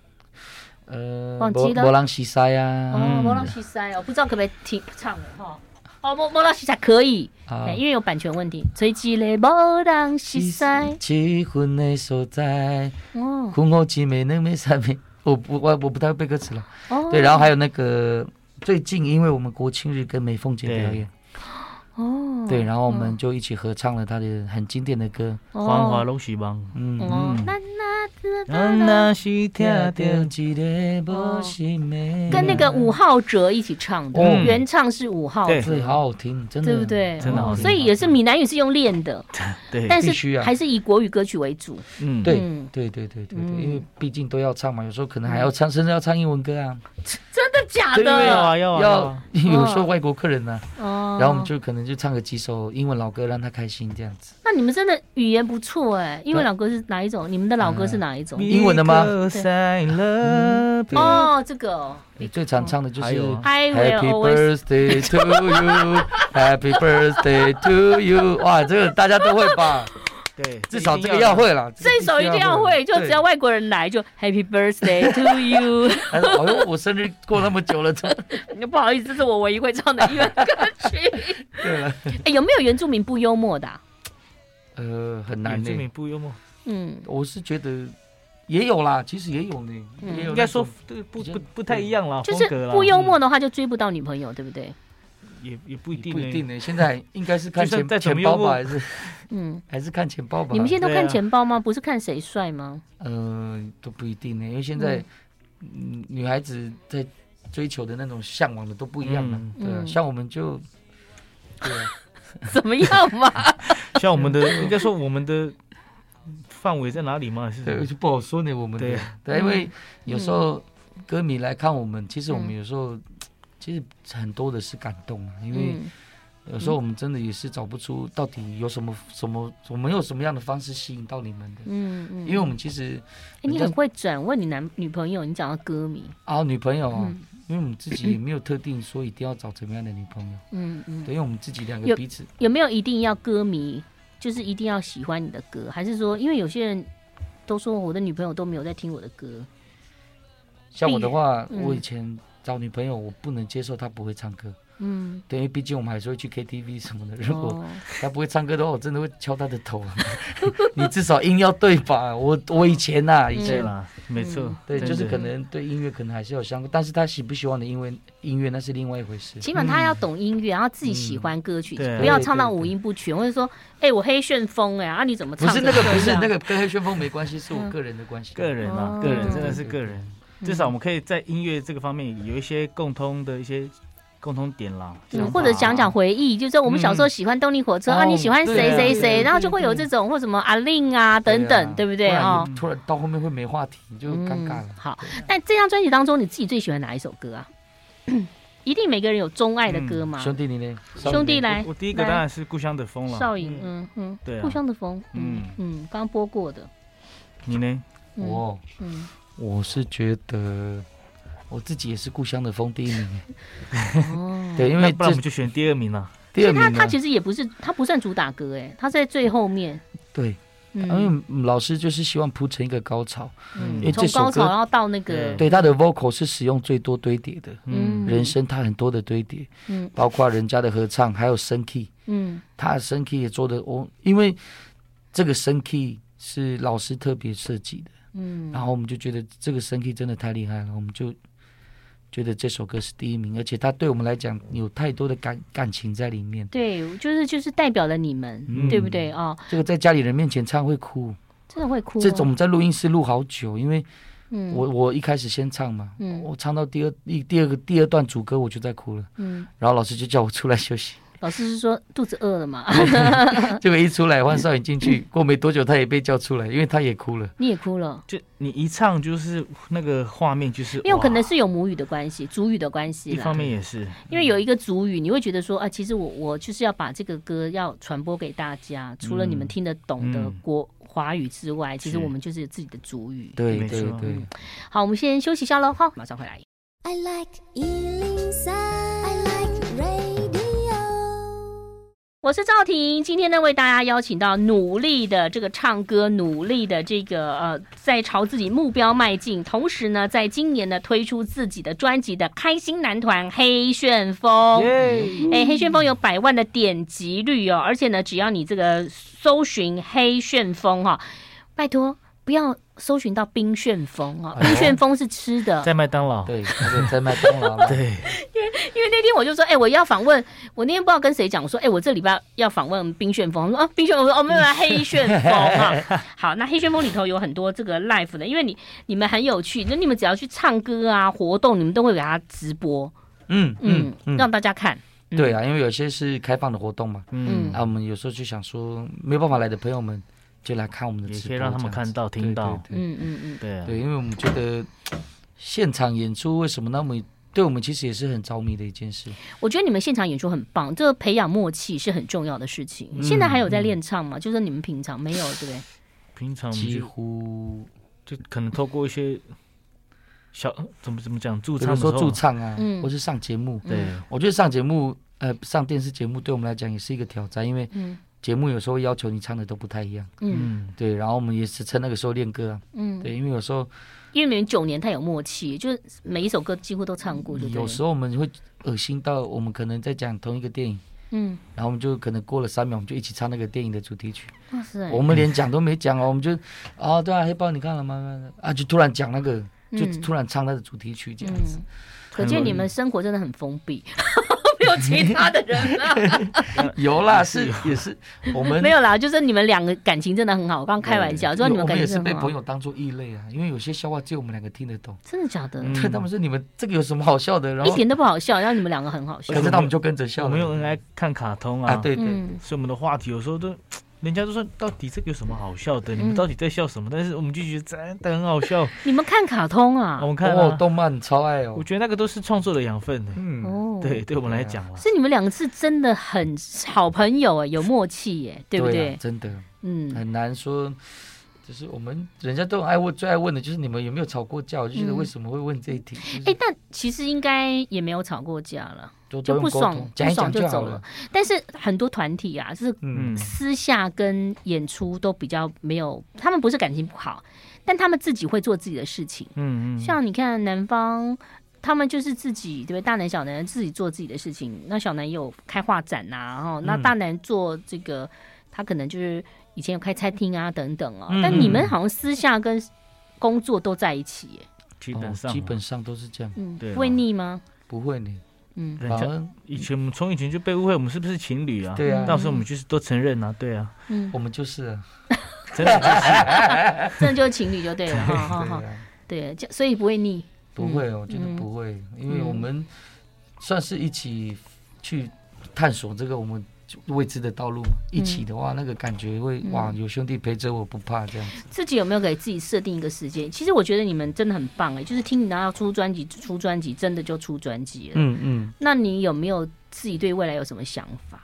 [SPEAKER 3] 呃
[SPEAKER 1] 忘记
[SPEAKER 3] 波
[SPEAKER 1] 了
[SPEAKER 3] 波浪西塞啊
[SPEAKER 1] 哦，莫拉西塞，我不知道可不可以听唱了哈。哦，莫莫拉西塞可以，
[SPEAKER 3] 啊
[SPEAKER 1] 哎，因为有版权问题。吹起嘞莫拉西塞，
[SPEAKER 3] 七分的所在，
[SPEAKER 1] 哦
[SPEAKER 3] 婚后几美那没三美，我不我我不太会背歌词了。
[SPEAKER 1] 哦，
[SPEAKER 3] 对，然后还有那个最近因为我们国庆日跟美凤姐表演，
[SPEAKER 1] 哦，哦，
[SPEAKER 3] 对，然后我们
[SPEAKER 1] 嗯
[SPEAKER 3] 就一起合唱了他的很经典的歌，
[SPEAKER 4] 繁华
[SPEAKER 1] 哦
[SPEAKER 4] 拢是梦。
[SPEAKER 3] 嗯，
[SPEAKER 1] 哦
[SPEAKER 4] 嗯，
[SPEAKER 1] 那那
[SPEAKER 4] 啊，那是听着
[SPEAKER 3] 嗯
[SPEAKER 1] 跟那个伍浩哲一起唱的，
[SPEAKER 4] 嗯
[SPEAKER 1] 原唱是伍浩
[SPEAKER 4] 对
[SPEAKER 1] 哲，
[SPEAKER 3] 对，好好听，真的，
[SPEAKER 1] 对不对？
[SPEAKER 4] 真的好
[SPEAKER 1] 哦
[SPEAKER 4] 听
[SPEAKER 1] 所以也是闽南语是用练的，
[SPEAKER 4] 对，
[SPEAKER 1] 但
[SPEAKER 3] 必须
[SPEAKER 1] 是
[SPEAKER 3] 啊
[SPEAKER 1] 还是以国语歌曲为主。
[SPEAKER 4] 嗯，
[SPEAKER 3] 对
[SPEAKER 1] 嗯
[SPEAKER 3] 对对对对
[SPEAKER 1] 嗯
[SPEAKER 3] 对，因为毕竟都要唱嘛，有时候可能还要唱，甚至要唱英文歌啊，
[SPEAKER 1] 真的假
[SPEAKER 4] 对要
[SPEAKER 1] 的？
[SPEAKER 4] 啊要啊要
[SPEAKER 3] 要
[SPEAKER 4] 啊，
[SPEAKER 3] 有时候外国客人呢，
[SPEAKER 1] 哦
[SPEAKER 3] 然后我们就可能就唱个几首英文老歌让他开心这样子。
[SPEAKER 1] 那你们真的语言不错哎，英文老歌是哪一种？你们的老歌是哪一种？
[SPEAKER 3] 英文的吗
[SPEAKER 4] Because I love
[SPEAKER 3] 对
[SPEAKER 4] you
[SPEAKER 1] 哦，这个哦
[SPEAKER 3] 你最常唱的就
[SPEAKER 4] 还
[SPEAKER 3] 是
[SPEAKER 4] 有啊
[SPEAKER 1] I will
[SPEAKER 3] Happy
[SPEAKER 1] always
[SPEAKER 3] birthday to you, Happy birthday to you。哇，这个大家都会 吧？
[SPEAKER 4] 对，
[SPEAKER 3] 至少这个
[SPEAKER 4] 一定
[SPEAKER 3] 要。会了。
[SPEAKER 1] 这首一定要会，就只要外国人来就 Happy Birthday to you。
[SPEAKER 3] 哎呦，我生日过那么久了，怎么？
[SPEAKER 1] 不好意思，这是我唯一会唱的英文歌曲。
[SPEAKER 3] 对了，
[SPEAKER 1] 哎，有没有原住民不幽默的啊？
[SPEAKER 3] 呃，很难
[SPEAKER 4] 原住民
[SPEAKER 3] 呢。
[SPEAKER 4] 不幽默，
[SPEAKER 1] 嗯，
[SPEAKER 3] 我是觉得也有啦，其实也有呢，
[SPEAKER 1] 嗯
[SPEAKER 3] 也有那种
[SPEAKER 4] 应该说对不不不太一样啦，
[SPEAKER 1] 就
[SPEAKER 4] 风格
[SPEAKER 1] 是
[SPEAKER 4] 啦
[SPEAKER 1] 不幽默的话就追不到女朋友，对不对？
[SPEAKER 4] 也也不一定
[SPEAKER 3] 不
[SPEAKER 4] 呢，
[SPEAKER 3] 一定呢。现在应该是看
[SPEAKER 4] 就算
[SPEAKER 3] 钱
[SPEAKER 4] 再怎么
[SPEAKER 3] 钱包
[SPEAKER 4] 幽默
[SPEAKER 3] 吧，还是
[SPEAKER 1] 嗯，
[SPEAKER 3] 还是看钱包吧。
[SPEAKER 1] 你们现在都
[SPEAKER 4] 对啊
[SPEAKER 1] 看钱包吗？不是看谁帅吗？
[SPEAKER 3] 呃都不一定呢，因为现在嗯女孩子在追求的那种向往的都不一样了
[SPEAKER 4] 嗯。
[SPEAKER 3] 对啊，
[SPEAKER 1] 嗯
[SPEAKER 3] 像我们就对啊。
[SPEAKER 1] 怎么样嘛？
[SPEAKER 4] 像我们的， 应该说我们的范围在哪里嘛？是
[SPEAKER 3] 对，就不好说呢。我们的
[SPEAKER 4] 对啊
[SPEAKER 3] 对，因
[SPEAKER 1] 嗯
[SPEAKER 3] 为有时候歌迷来看我们，其实我们有时候其实很多的是感动啊，因为
[SPEAKER 1] 嗯
[SPEAKER 3] 有时候我们真的也是找不出到底有什么什么，我们有什么样的方式吸引到你们的。
[SPEAKER 1] 嗯嗯
[SPEAKER 3] 因为我们其实
[SPEAKER 1] 哎你
[SPEAKER 3] 人家
[SPEAKER 1] 很会转问你男女朋友，你讲到歌迷，
[SPEAKER 3] 啊，女朋友啊
[SPEAKER 1] 嗯，
[SPEAKER 3] 因为我们自己也没有特定说一定要找怎么样的女朋友，
[SPEAKER 1] 嗯嗯，
[SPEAKER 3] 对，因为我们自己两
[SPEAKER 1] 有
[SPEAKER 3] 个彼此
[SPEAKER 1] 有没有一定要歌迷，就是一定要喜欢你的歌，还是说，因为有些人都说我的女朋友都没有在听我的歌，
[SPEAKER 3] 像我的话，
[SPEAKER 1] 嗯
[SPEAKER 3] 我以前找女朋友，我不能接受她不会唱歌，
[SPEAKER 1] 嗯，
[SPEAKER 3] 对，因为毕竟我们还是会去 KTV 什么的。如果
[SPEAKER 1] 哦、
[SPEAKER 3] 她不会唱歌的话，我真的会敲她的头。 你至少音要对吧？我我以前呐、
[SPEAKER 1] 嗯
[SPEAKER 3] 以
[SPEAKER 4] 对
[SPEAKER 3] 前、
[SPEAKER 4] 啦，没错，
[SPEAKER 3] 对，
[SPEAKER 4] 真
[SPEAKER 3] 就是
[SPEAKER 4] 的
[SPEAKER 3] 可能对音乐可能还是有相关，但是她喜不喜欢的音乐音乐那是另外一回事。
[SPEAKER 1] 起码他要懂音乐，然后啊自己喜欢歌曲，
[SPEAKER 4] 对
[SPEAKER 1] 不要唱到五音不全，或者说，哎、我黑旋风哎、啊你怎么
[SPEAKER 3] 不
[SPEAKER 1] 唱？
[SPEAKER 3] 是那个，不是那，个，跟黑旋风没关系，是
[SPEAKER 1] 嗯
[SPEAKER 3] 我个人的关系。
[SPEAKER 4] 个人啊
[SPEAKER 1] 哦，
[SPEAKER 4] 个人
[SPEAKER 1] 对嗯
[SPEAKER 4] 真的是
[SPEAKER 3] 对
[SPEAKER 4] 个人。至少我们可以在音乐这个方面有一些共通的一些共通点啦，
[SPEAKER 1] 嗯
[SPEAKER 4] 想法
[SPEAKER 1] 或者讲讲回忆，就是我们小时候喜欢动力火车、啊，
[SPEAKER 3] 哦
[SPEAKER 1] 你喜欢谁
[SPEAKER 4] 对啊
[SPEAKER 1] 谁谁，
[SPEAKER 3] 对对
[SPEAKER 1] 然后就会有这种或什么阿令啊等等，对不对
[SPEAKER 3] 啊
[SPEAKER 1] 哦？嗯
[SPEAKER 3] 不然你突然到后面会没话题，就尴尬了。啊
[SPEAKER 1] 好，但这张专辑当中，你自己最喜欢哪一首歌啊？ 一定每个人有钟爱的歌嘛？
[SPEAKER 3] 兄弟，你呢？
[SPEAKER 1] 嗯兄弟来
[SPEAKER 4] 我我第一个
[SPEAKER 1] 来
[SPEAKER 4] 当然是故乡的风了，
[SPEAKER 1] 少颖，嗯嗯，
[SPEAKER 4] 对啊
[SPEAKER 1] 故乡的风，嗯
[SPEAKER 4] 嗯
[SPEAKER 1] 嗯，刚播过的，
[SPEAKER 4] 你呢？
[SPEAKER 1] 嗯
[SPEAKER 3] 我
[SPEAKER 1] 嗯，
[SPEAKER 3] 我是觉得我自己也是故乡的风第一名，
[SPEAKER 1] 嗯哦，
[SPEAKER 3] 对，因
[SPEAKER 4] 那
[SPEAKER 3] 为
[SPEAKER 4] 不然我
[SPEAKER 3] 这
[SPEAKER 4] 们就选第二名了。
[SPEAKER 3] 第二
[SPEAKER 1] 他
[SPEAKER 3] 名呢啊
[SPEAKER 1] 他，其实也不是，他不算主打歌，哎，他在最后面，
[SPEAKER 3] 对，
[SPEAKER 1] 嗯
[SPEAKER 3] 因为老师就是希望铺成一个高潮，因
[SPEAKER 1] 嗯，
[SPEAKER 3] 为
[SPEAKER 1] 从
[SPEAKER 3] 哎这首
[SPEAKER 1] 高潮
[SPEAKER 3] 歌
[SPEAKER 1] 然后到那个，
[SPEAKER 3] 对他的 vocal 是使用最多堆叠的，
[SPEAKER 1] 嗯，
[SPEAKER 3] 人生他很多的堆叠，
[SPEAKER 1] 嗯
[SPEAKER 3] 包括人家的合唱，还有升 key，
[SPEAKER 1] 嗯
[SPEAKER 3] 他的升 key 也做的我，因为这个升 key 是老师特别设计的，
[SPEAKER 1] 嗯，
[SPEAKER 3] 然后我们就觉得这个升 key 真的太厉害了，我们就。觉得这首歌是第一名，而且它对我们来讲有太多的感感情在里面。
[SPEAKER 1] 对，就是就是代表了你们，
[SPEAKER 4] 嗯
[SPEAKER 1] 对不对哦，
[SPEAKER 3] 这个在家里人面前唱会哭，
[SPEAKER 1] 真的会哭哦，
[SPEAKER 3] 这种我们在录音室录好久，因为
[SPEAKER 1] 嗯，
[SPEAKER 3] 我我一开始先唱嘛，
[SPEAKER 1] 嗯
[SPEAKER 3] 我唱到第二第第二个第二段主歌我就在哭了，
[SPEAKER 1] 嗯，
[SPEAKER 3] 然后老师就叫我出来 休息，
[SPEAKER 1] 老师是说肚子饿了嘛，
[SPEAKER 3] 结果一出来换少颖进去，过没多久他也被叫出来，因为他也哭了。
[SPEAKER 1] 你也哭了。
[SPEAKER 4] 就你一唱就是那个画面，就是
[SPEAKER 1] 因为
[SPEAKER 4] 哇
[SPEAKER 1] 可能是有母语的关系，主语的关系
[SPEAKER 4] 一
[SPEAKER 1] 啦
[SPEAKER 4] 方。面也是，
[SPEAKER 1] 因为有一个主语，你会觉得说啊，其实我我就是要把这个歌要传播给大家，除了你们听得懂的
[SPEAKER 4] 嗯
[SPEAKER 1] 国华语之外，其实
[SPEAKER 4] 是
[SPEAKER 1] 我们就是有自己的主语。
[SPEAKER 3] 对
[SPEAKER 4] 没错
[SPEAKER 3] 对对，
[SPEAKER 1] 好，我们先休息一下喽，好，马上回来。
[SPEAKER 2] I like Ealing Sound. I like radio.
[SPEAKER 1] 我是赵婷，今天呢为大家邀请到努力的这个唱歌，努力的这个呃，在朝自己目标迈进，同时呢，在今年呢推出自己的专辑的开心男团黑旋风。
[SPEAKER 3] 嗯
[SPEAKER 4] 耶，
[SPEAKER 1] 哎，黑旋风有百万的点击率哦，而且呢，只要你这个搜寻黑旋风哈、拜托。不要搜寻到冰旋风啊，
[SPEAKER 3] 哎呦
[SPEAKER 1] 冰旋风是吃的。
[SPEAKER 4] 在麦当劳，
[SPEAKER 3] 对，那个在麦当 劳嘛，
[SPEAKER 4] 对，
[SPEAKER 1] 因为那天我就说，哎、我要访问，我那天不知道跟谁讲，我说，哎、我这礼拜要访问冰旋风，他说啊，冰旋风，我说哦，没有啊，黑旋风啊。好，那黑旋风里头有很多这个 live 的，因为你你们很有趣，那你们只要去唱歌啊、活动，你们都会给他直播，
[SPEAKER 5] 嗯
[SPEAKER 1] 嗯
[SPEAKER 5] 嗯，嗯，
[SPEAKER 1] 让大家看。嗯
[SPEAKER 3] 对啊，因为有些是开放的活动嘛，
[SPEAKER 1] 嗯
[SPEAKER 4] 嗯，
[SPEAKER 3] 啊，我们有时候就想说没有办法来的朋友们就来看我们的
[SPEAKER 4] 也
[SPEAKER 3] 直播，
[SPEAKER 4] 可以让他们
[SPEAKER 3] 这样子
[SPEAKER 4] 看到听到
[SPEAKER 3] 对对
[SPEAKER 1] 嗯嗯嗯，
[SPEAKER 4] 对啊
[SPEAKER 3] 对，对，因为我们觉得现场演出为什么那么对我们其实也是很着迷的一件事。
[SPEAKER 1] 我觉得你们现场演出很棒，这个培养默契是很重要的事情。
[SPEAKER 3] 嗯
[SPEAKER 1] 现在还有在练唱吗？就是你们平常没有，对不对？
[SPEAKER 4] 平常我们
[SPEAKER 3] 几
[SPEAKER 4] 就
[SPEAKER 3] 乎
[SPEAKER 4] 就可能透过一些小怎么怎么讲驻
[SPEAKER 3] 比
[SPEAKER 4] 唱的
[SPEAKER 3] 如
[SPEAKER 4] 时候
[SPEAKER 3] 说驻，唱啊，
[SPEAKER 1] 嗯
[SPEAKER 3] 或是上节目，
[SPEAKER 4] 对，
[SPEAKER 3] 我觉得上节目呃上电视节目对我们来讲也是一个挑战，因为
[SPEAKER 1] 嗯
[SPEAKER 3] 节目有时候要求你唱的都不太一样。
[SPEAKER 1] 嗯
[SPEAKER 4] 嗯，
[SPEAKER 3] 对，然后我们也是趁那个时候练歌啊，
[SPEAKER 1] 嗯，
[SPEAKER 3] 对，因为有时候
[SPEAKER 1] 因为你们九年太有默契，就是每一首歌几乎都唱过，对不对？
[SPEAKER 3] 嗯有时候我们会恶心到我们可能在讲同一个电影。
[SPEAKER 1] 嗯，
[SPEAKER 3] 然后我们就可能过了三秒，我们就一起唱那个电影的主题曲。
[SPEAKER 1] 哇塞，
[SPEAKER 3] 我们连讲都没讲哦，我们就啊，对啊，黑豹你看了吗？啊，就突然讲那个，就
[SPEAKER 1] 嗯
[SPEAKER 3] 突然唱他的主题曲这样子。
[SPEAKER 1] 嗯，可见你们生活真的很封闭， 没有其他的人 啦，
[SPEAKER 3] 有啦，是也是我
[SPEAKER 1] 嗯
[SPEAKER 3] 们
[SPEAKER 1] 没有啦，就是你们两个感情真的很好。我刚开玩笑，
[SPEAKER 3] 对
[SPEAKER 1] 说你
[SPEAKER 3] 我
[SPEAKER 1] 们感
[SPEAKER 3] 也
[SPEAKER 1] 情
[SPEAKER 3] 是
[SPEAKER 1] 真的
[SPEAKER 3] 被
[SPEAKER 1] 很好
[SPEAKER 3] 朋，友当做异类啊，因为有些笑话只有我们两个听得懂。
[SPEAKER 1] 真的假的？
[SPEAKER 4] 嗯
[SPEAKER 3] 对，他们说你们这个有什么好笑的？然
[SPEAKER 1] 一
[SPEAKER 3] 后
[SPEAKER 1] 点都不好笑，然后你们两个很好笑
[SPEAKER 3] 可。是他们就跟着笑
[SPEAKER 4] 我
[SPEAKER 3] 了。
[SPEAKER 4] 们又很爱看卡通
[SPEAKER 3] 啊，
[SPEAKER 4] 啊，，
[SPEAKER 3] 对对，
[SPEAKER 1] 嗯，
[SPEAKER 4] 所以我们的话题有时候都。人家都说到底这个有什么好笑的？你们到底在笑什么？但是我们就觉得真的很好笑。
[SPEAKER 1] 你们看卡通
[SPEAKER 4] 我
[SPEAKER 1] 啊？
[SPEAKER 4] 们看
[SPEAKER 3] 哦
[SPEAKER 4] 啊，，
[SPEAKER 3] 动漫超爱哦
[SPEAKER 4] 我。觉得那个都是创作的养分呢。
[SPEAKER 3] 嗯，
[SPEAKER 1] 哦，
[SPEAKER 4] 对，，对我们来讲啊，
[SPEAKER 1] 所以你们两个是真的很好朋友哎，有默契耶，对不
[SPEAKER 3] 啊
[SPEAKER 1] 对？
[SPEAKER 3] 真的
[SPEAKER 1] 嗯，
[SPEAKER 3] 很难说。就是我们人家都很爱问，最爱问的就是你们有没有吵过架？我就觉得
[SPEAKER 1] 嗯
[SPEAKER 3] 为什么会问这一题？就是
[SPEAKER 1] 哎，但其实应该也没有吵过架了，
[SPEAKER 3] 都都
[SPEAKER 1] 就
[SPEAKER 3] 用
[SPEAKER 1] 不
[SPEAKER 3] 沟
[SPEAKER 1] 爽
[SPEAKER 3] 通讲一
[SPEAKER 1] 不爽
[SPEAKER 3] 讲
[SPEAKER 1] 就
[SPEAKER 3] 好
[SPEAKER 1] 走了。。但是很多团体啊，就是
[SPEAKER 4] 嗯，
[SPEAKER 1] 私下跟演出都比较没有，他们不是感情不好，但他们自己会做自己的事情。
[SPEAKER 4] 嗯嗯，
[SPEAKER 1] 像你看南方，他们就是自己对不对？大南小南自己做自己的事情。那小南也有开画展呐、然后
[SPEAKER 4] 嗯
[SPEAKER 1] 那大南做这个，他可能就是以前有开餐厅啊等等哦、
[SPEAKER 4] 嗯
[SPEAKER 1] 但你们好像私下跟工作都在一起耶，
[SPEAKER 4] 基
[SPEAKER 3] 哦
[SPEAKER 4] 本上啊
[SPEAKER 3] 基本上都是这样，
[SPEAKER 1] 嗯，
[SPEAKER 4] 对啊
[SPEAKER 1] 不会腻吗？
[SPEAKER 3] 不会呢。
[SPEAKER 1] 嗯，
[SPEAKER 4] 人
[SPEAKER 3] 反
[SPEAKER 4] 家
[SPEAKER 3] 而
[SPEAKER 4] 以前我们从以前就被误会我们是不是情侣啊？
[SPEAKER 3] 对啊，
[SPEAKER 4] 到时候我们就是都承认啊，对啊，
[SPEAKER 1] 嗯，
[SPEAKER 3] 我们就是啊，
[SPEAKER 4] 真的就是
[SPEAKER 1] 真的就是情侣就 对了，哈哈
[SPEAKER 3] 对
[SPEAKER 1] 哈，
[SPEAKER 3] 啊，
[SPEAKER 1] 对，这样所以不会腻。
[SPEAKER 3] 不会，我觉得
[SPEAKER 1] 嗯
[SPEAKER 3] 不会，因为我们算是一起去探索这个我们未知的道路嘛。一起的话，那个感觉会
[SPEAKER 1] 嗯
[SPEAKER 3] 哇，有兄弟陪着我不怕这样子。
[SPEAKER 1] 自己有没有给自己设定一个时间？其实我觉得你们真的很棒哎、就是听你拿到出专辑，出专辑真的就出专辑了。
[SPEAKER 3] 嗯嗯，
[SPEAKER 1] 那你有没有自己对未来有什么想法？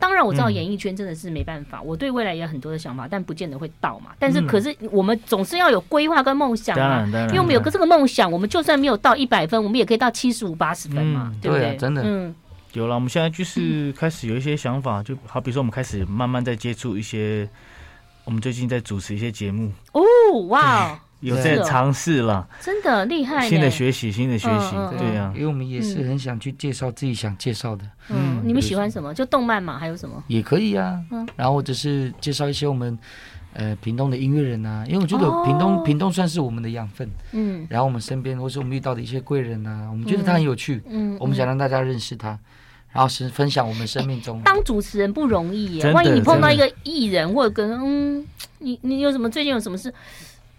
[SPEAKER 1] 当然，我知道
[SPEAKER 4] 嗯
[SPEAKER 1] 演艺圈真的是没办法，我对未来也有很多的想法，但不见得会到嘛。但是，
[SPEAKER 4] 嗯
[SPEAKER 1] 可是我们总是要有规划跟梦想
[SPEAKER 4] 当
[SPEAKER 1] 啊，
[SPEAKER 4] 然当然，
[SPEAKER 1] 因为我们有个这个梦想，我们就算没有到一百分，我们也可以到七十五、八十分嘛，
[SPEAKER 4] 嗯
[SPEAKER 1] 对不
[SPEAKER 3] 对啊真的
[SPEAKER 1] 嗯
[SPEAKER 4] 有了，我们现在就是开始有一些想法，就好比说我们开始慢慢在接触一些，我们最近在主持一些节目，
[SPEAKER 1] 哦，哇哦，
[SPEAKER 4] 有在
[SPEAKER 1] 是哦
[SPEAKER 4] 尝试啦，
[SPEAKER 1] 真的厉害呢！
[SPEAKER 4] 新的学习，新的学习
[SPEAKER 1] 嗯嗯，
[SPEAKER 4] 对啊
[SPEAKER 3] 因，为我们也是很想去介绍自己想介绍的，
[SPEAKER 1] 嗯，你们喜欢
[SPEAKER 3] 对
[SPEAKER 1] 什么？就动漫嘛，还有什么？
[SPEAKER 3] 也可以啊
[SPEAKER 1] 嗯。
[SPEAKER 3] 然后或者是介绍一些我们。呃，屏东的音乐人啊，因为我觉得
[SPEAKER 1] 哦
[SPEAKER 3] 屏东、屏东算是我们的养分，
[SPEAKER 1] 嗯
[SPEAKER 3] 然后我们身边或是我们遇到的一些贵人啊，我们觉得他很有趣，
[SPEAKER 1] 嗯，
[SPEAKER 3] 我们
[SPEAKER 1] 嗯
[SPEAKER 3] 想让大家认识他，然后是分享我们生命中。
[SPEAKER 1] 当主持人不容易耶，
[SPEAKER 4] 真的
[SPEAKER 1] 万一你碰到一个艺人或者跟嗯，你你有什么最近有什么事？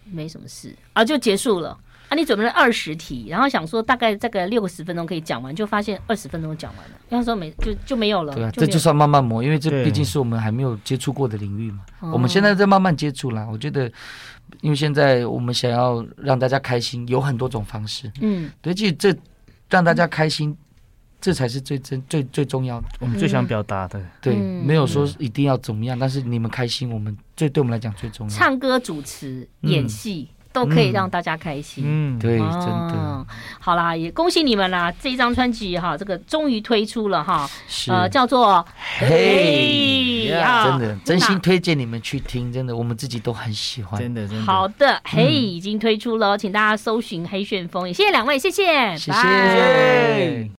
[SPEAKER 1] 没什么事啊，就结束了。啊，你准备了二十题，然后想说大概大概六十分钟可以讲完，就发现二十分钟讲完了，那时候没就就没有了。
[SPEAKER 3] 对啊，
[SPEAKER 1] 没
[SPEAKER 3] 这
[SPEAKER 1] 有
[SPEAKER 3] 就算慢慢磨，因为这
[SPEAKER 4] 对
[SPEAKER 3] 毕竟是我们还没有接触过的领域嘛。
[SPEAKER 1] 哦
[SPEAKER 3] 我们现在在慢慢接触啦。我觉得，因为现在我们想要让大家开心，有很多种方式。
[SPEAKER 1] 嗯
[SPEAKER 3] 对，其实这让大家开心，这才是最真最最重要的。
[SPEAKER 4] 我们最想表达的，
[SPEAKER 3] 对，
[SPEAKER 1] 嗯
[SPEAKER 3] 没有说一定要怎么样，但是你们开心，我们最对我们来讲最重要。
[SPEAKER 1] 唱歌、主持、演戏、都可以让大家开心。
[SPEAKER 4] 嗯，
[SPEAKER 3] 嗯对，真的
[SPEAKER 1] 哦，好啦，也恭喜你们啦！这一张专辑哈，这个终于推出了哈，
[SPEAKER 3] 是
[SPEAKER 1] 呃，叫做
[SPEAKER 3] 嘿
[SPEAKER 1] 嘿啊
[SPEAKER 3] 真的真
[SPEAKER 1] 那
[SPEAKER 3] 心推荐你们去听，真的，我们自己都很喜欢。
[SPEAKER 4] 真的真的
[SPEAKER 1] 好，的，嘿，已经推出了哦，请大家搜寻黑旋风。也谢谢两位，谢谢，
[SPEAKER 3] 谢
[SPEAKER 1] 拜
[SPEAKER 3] 谢。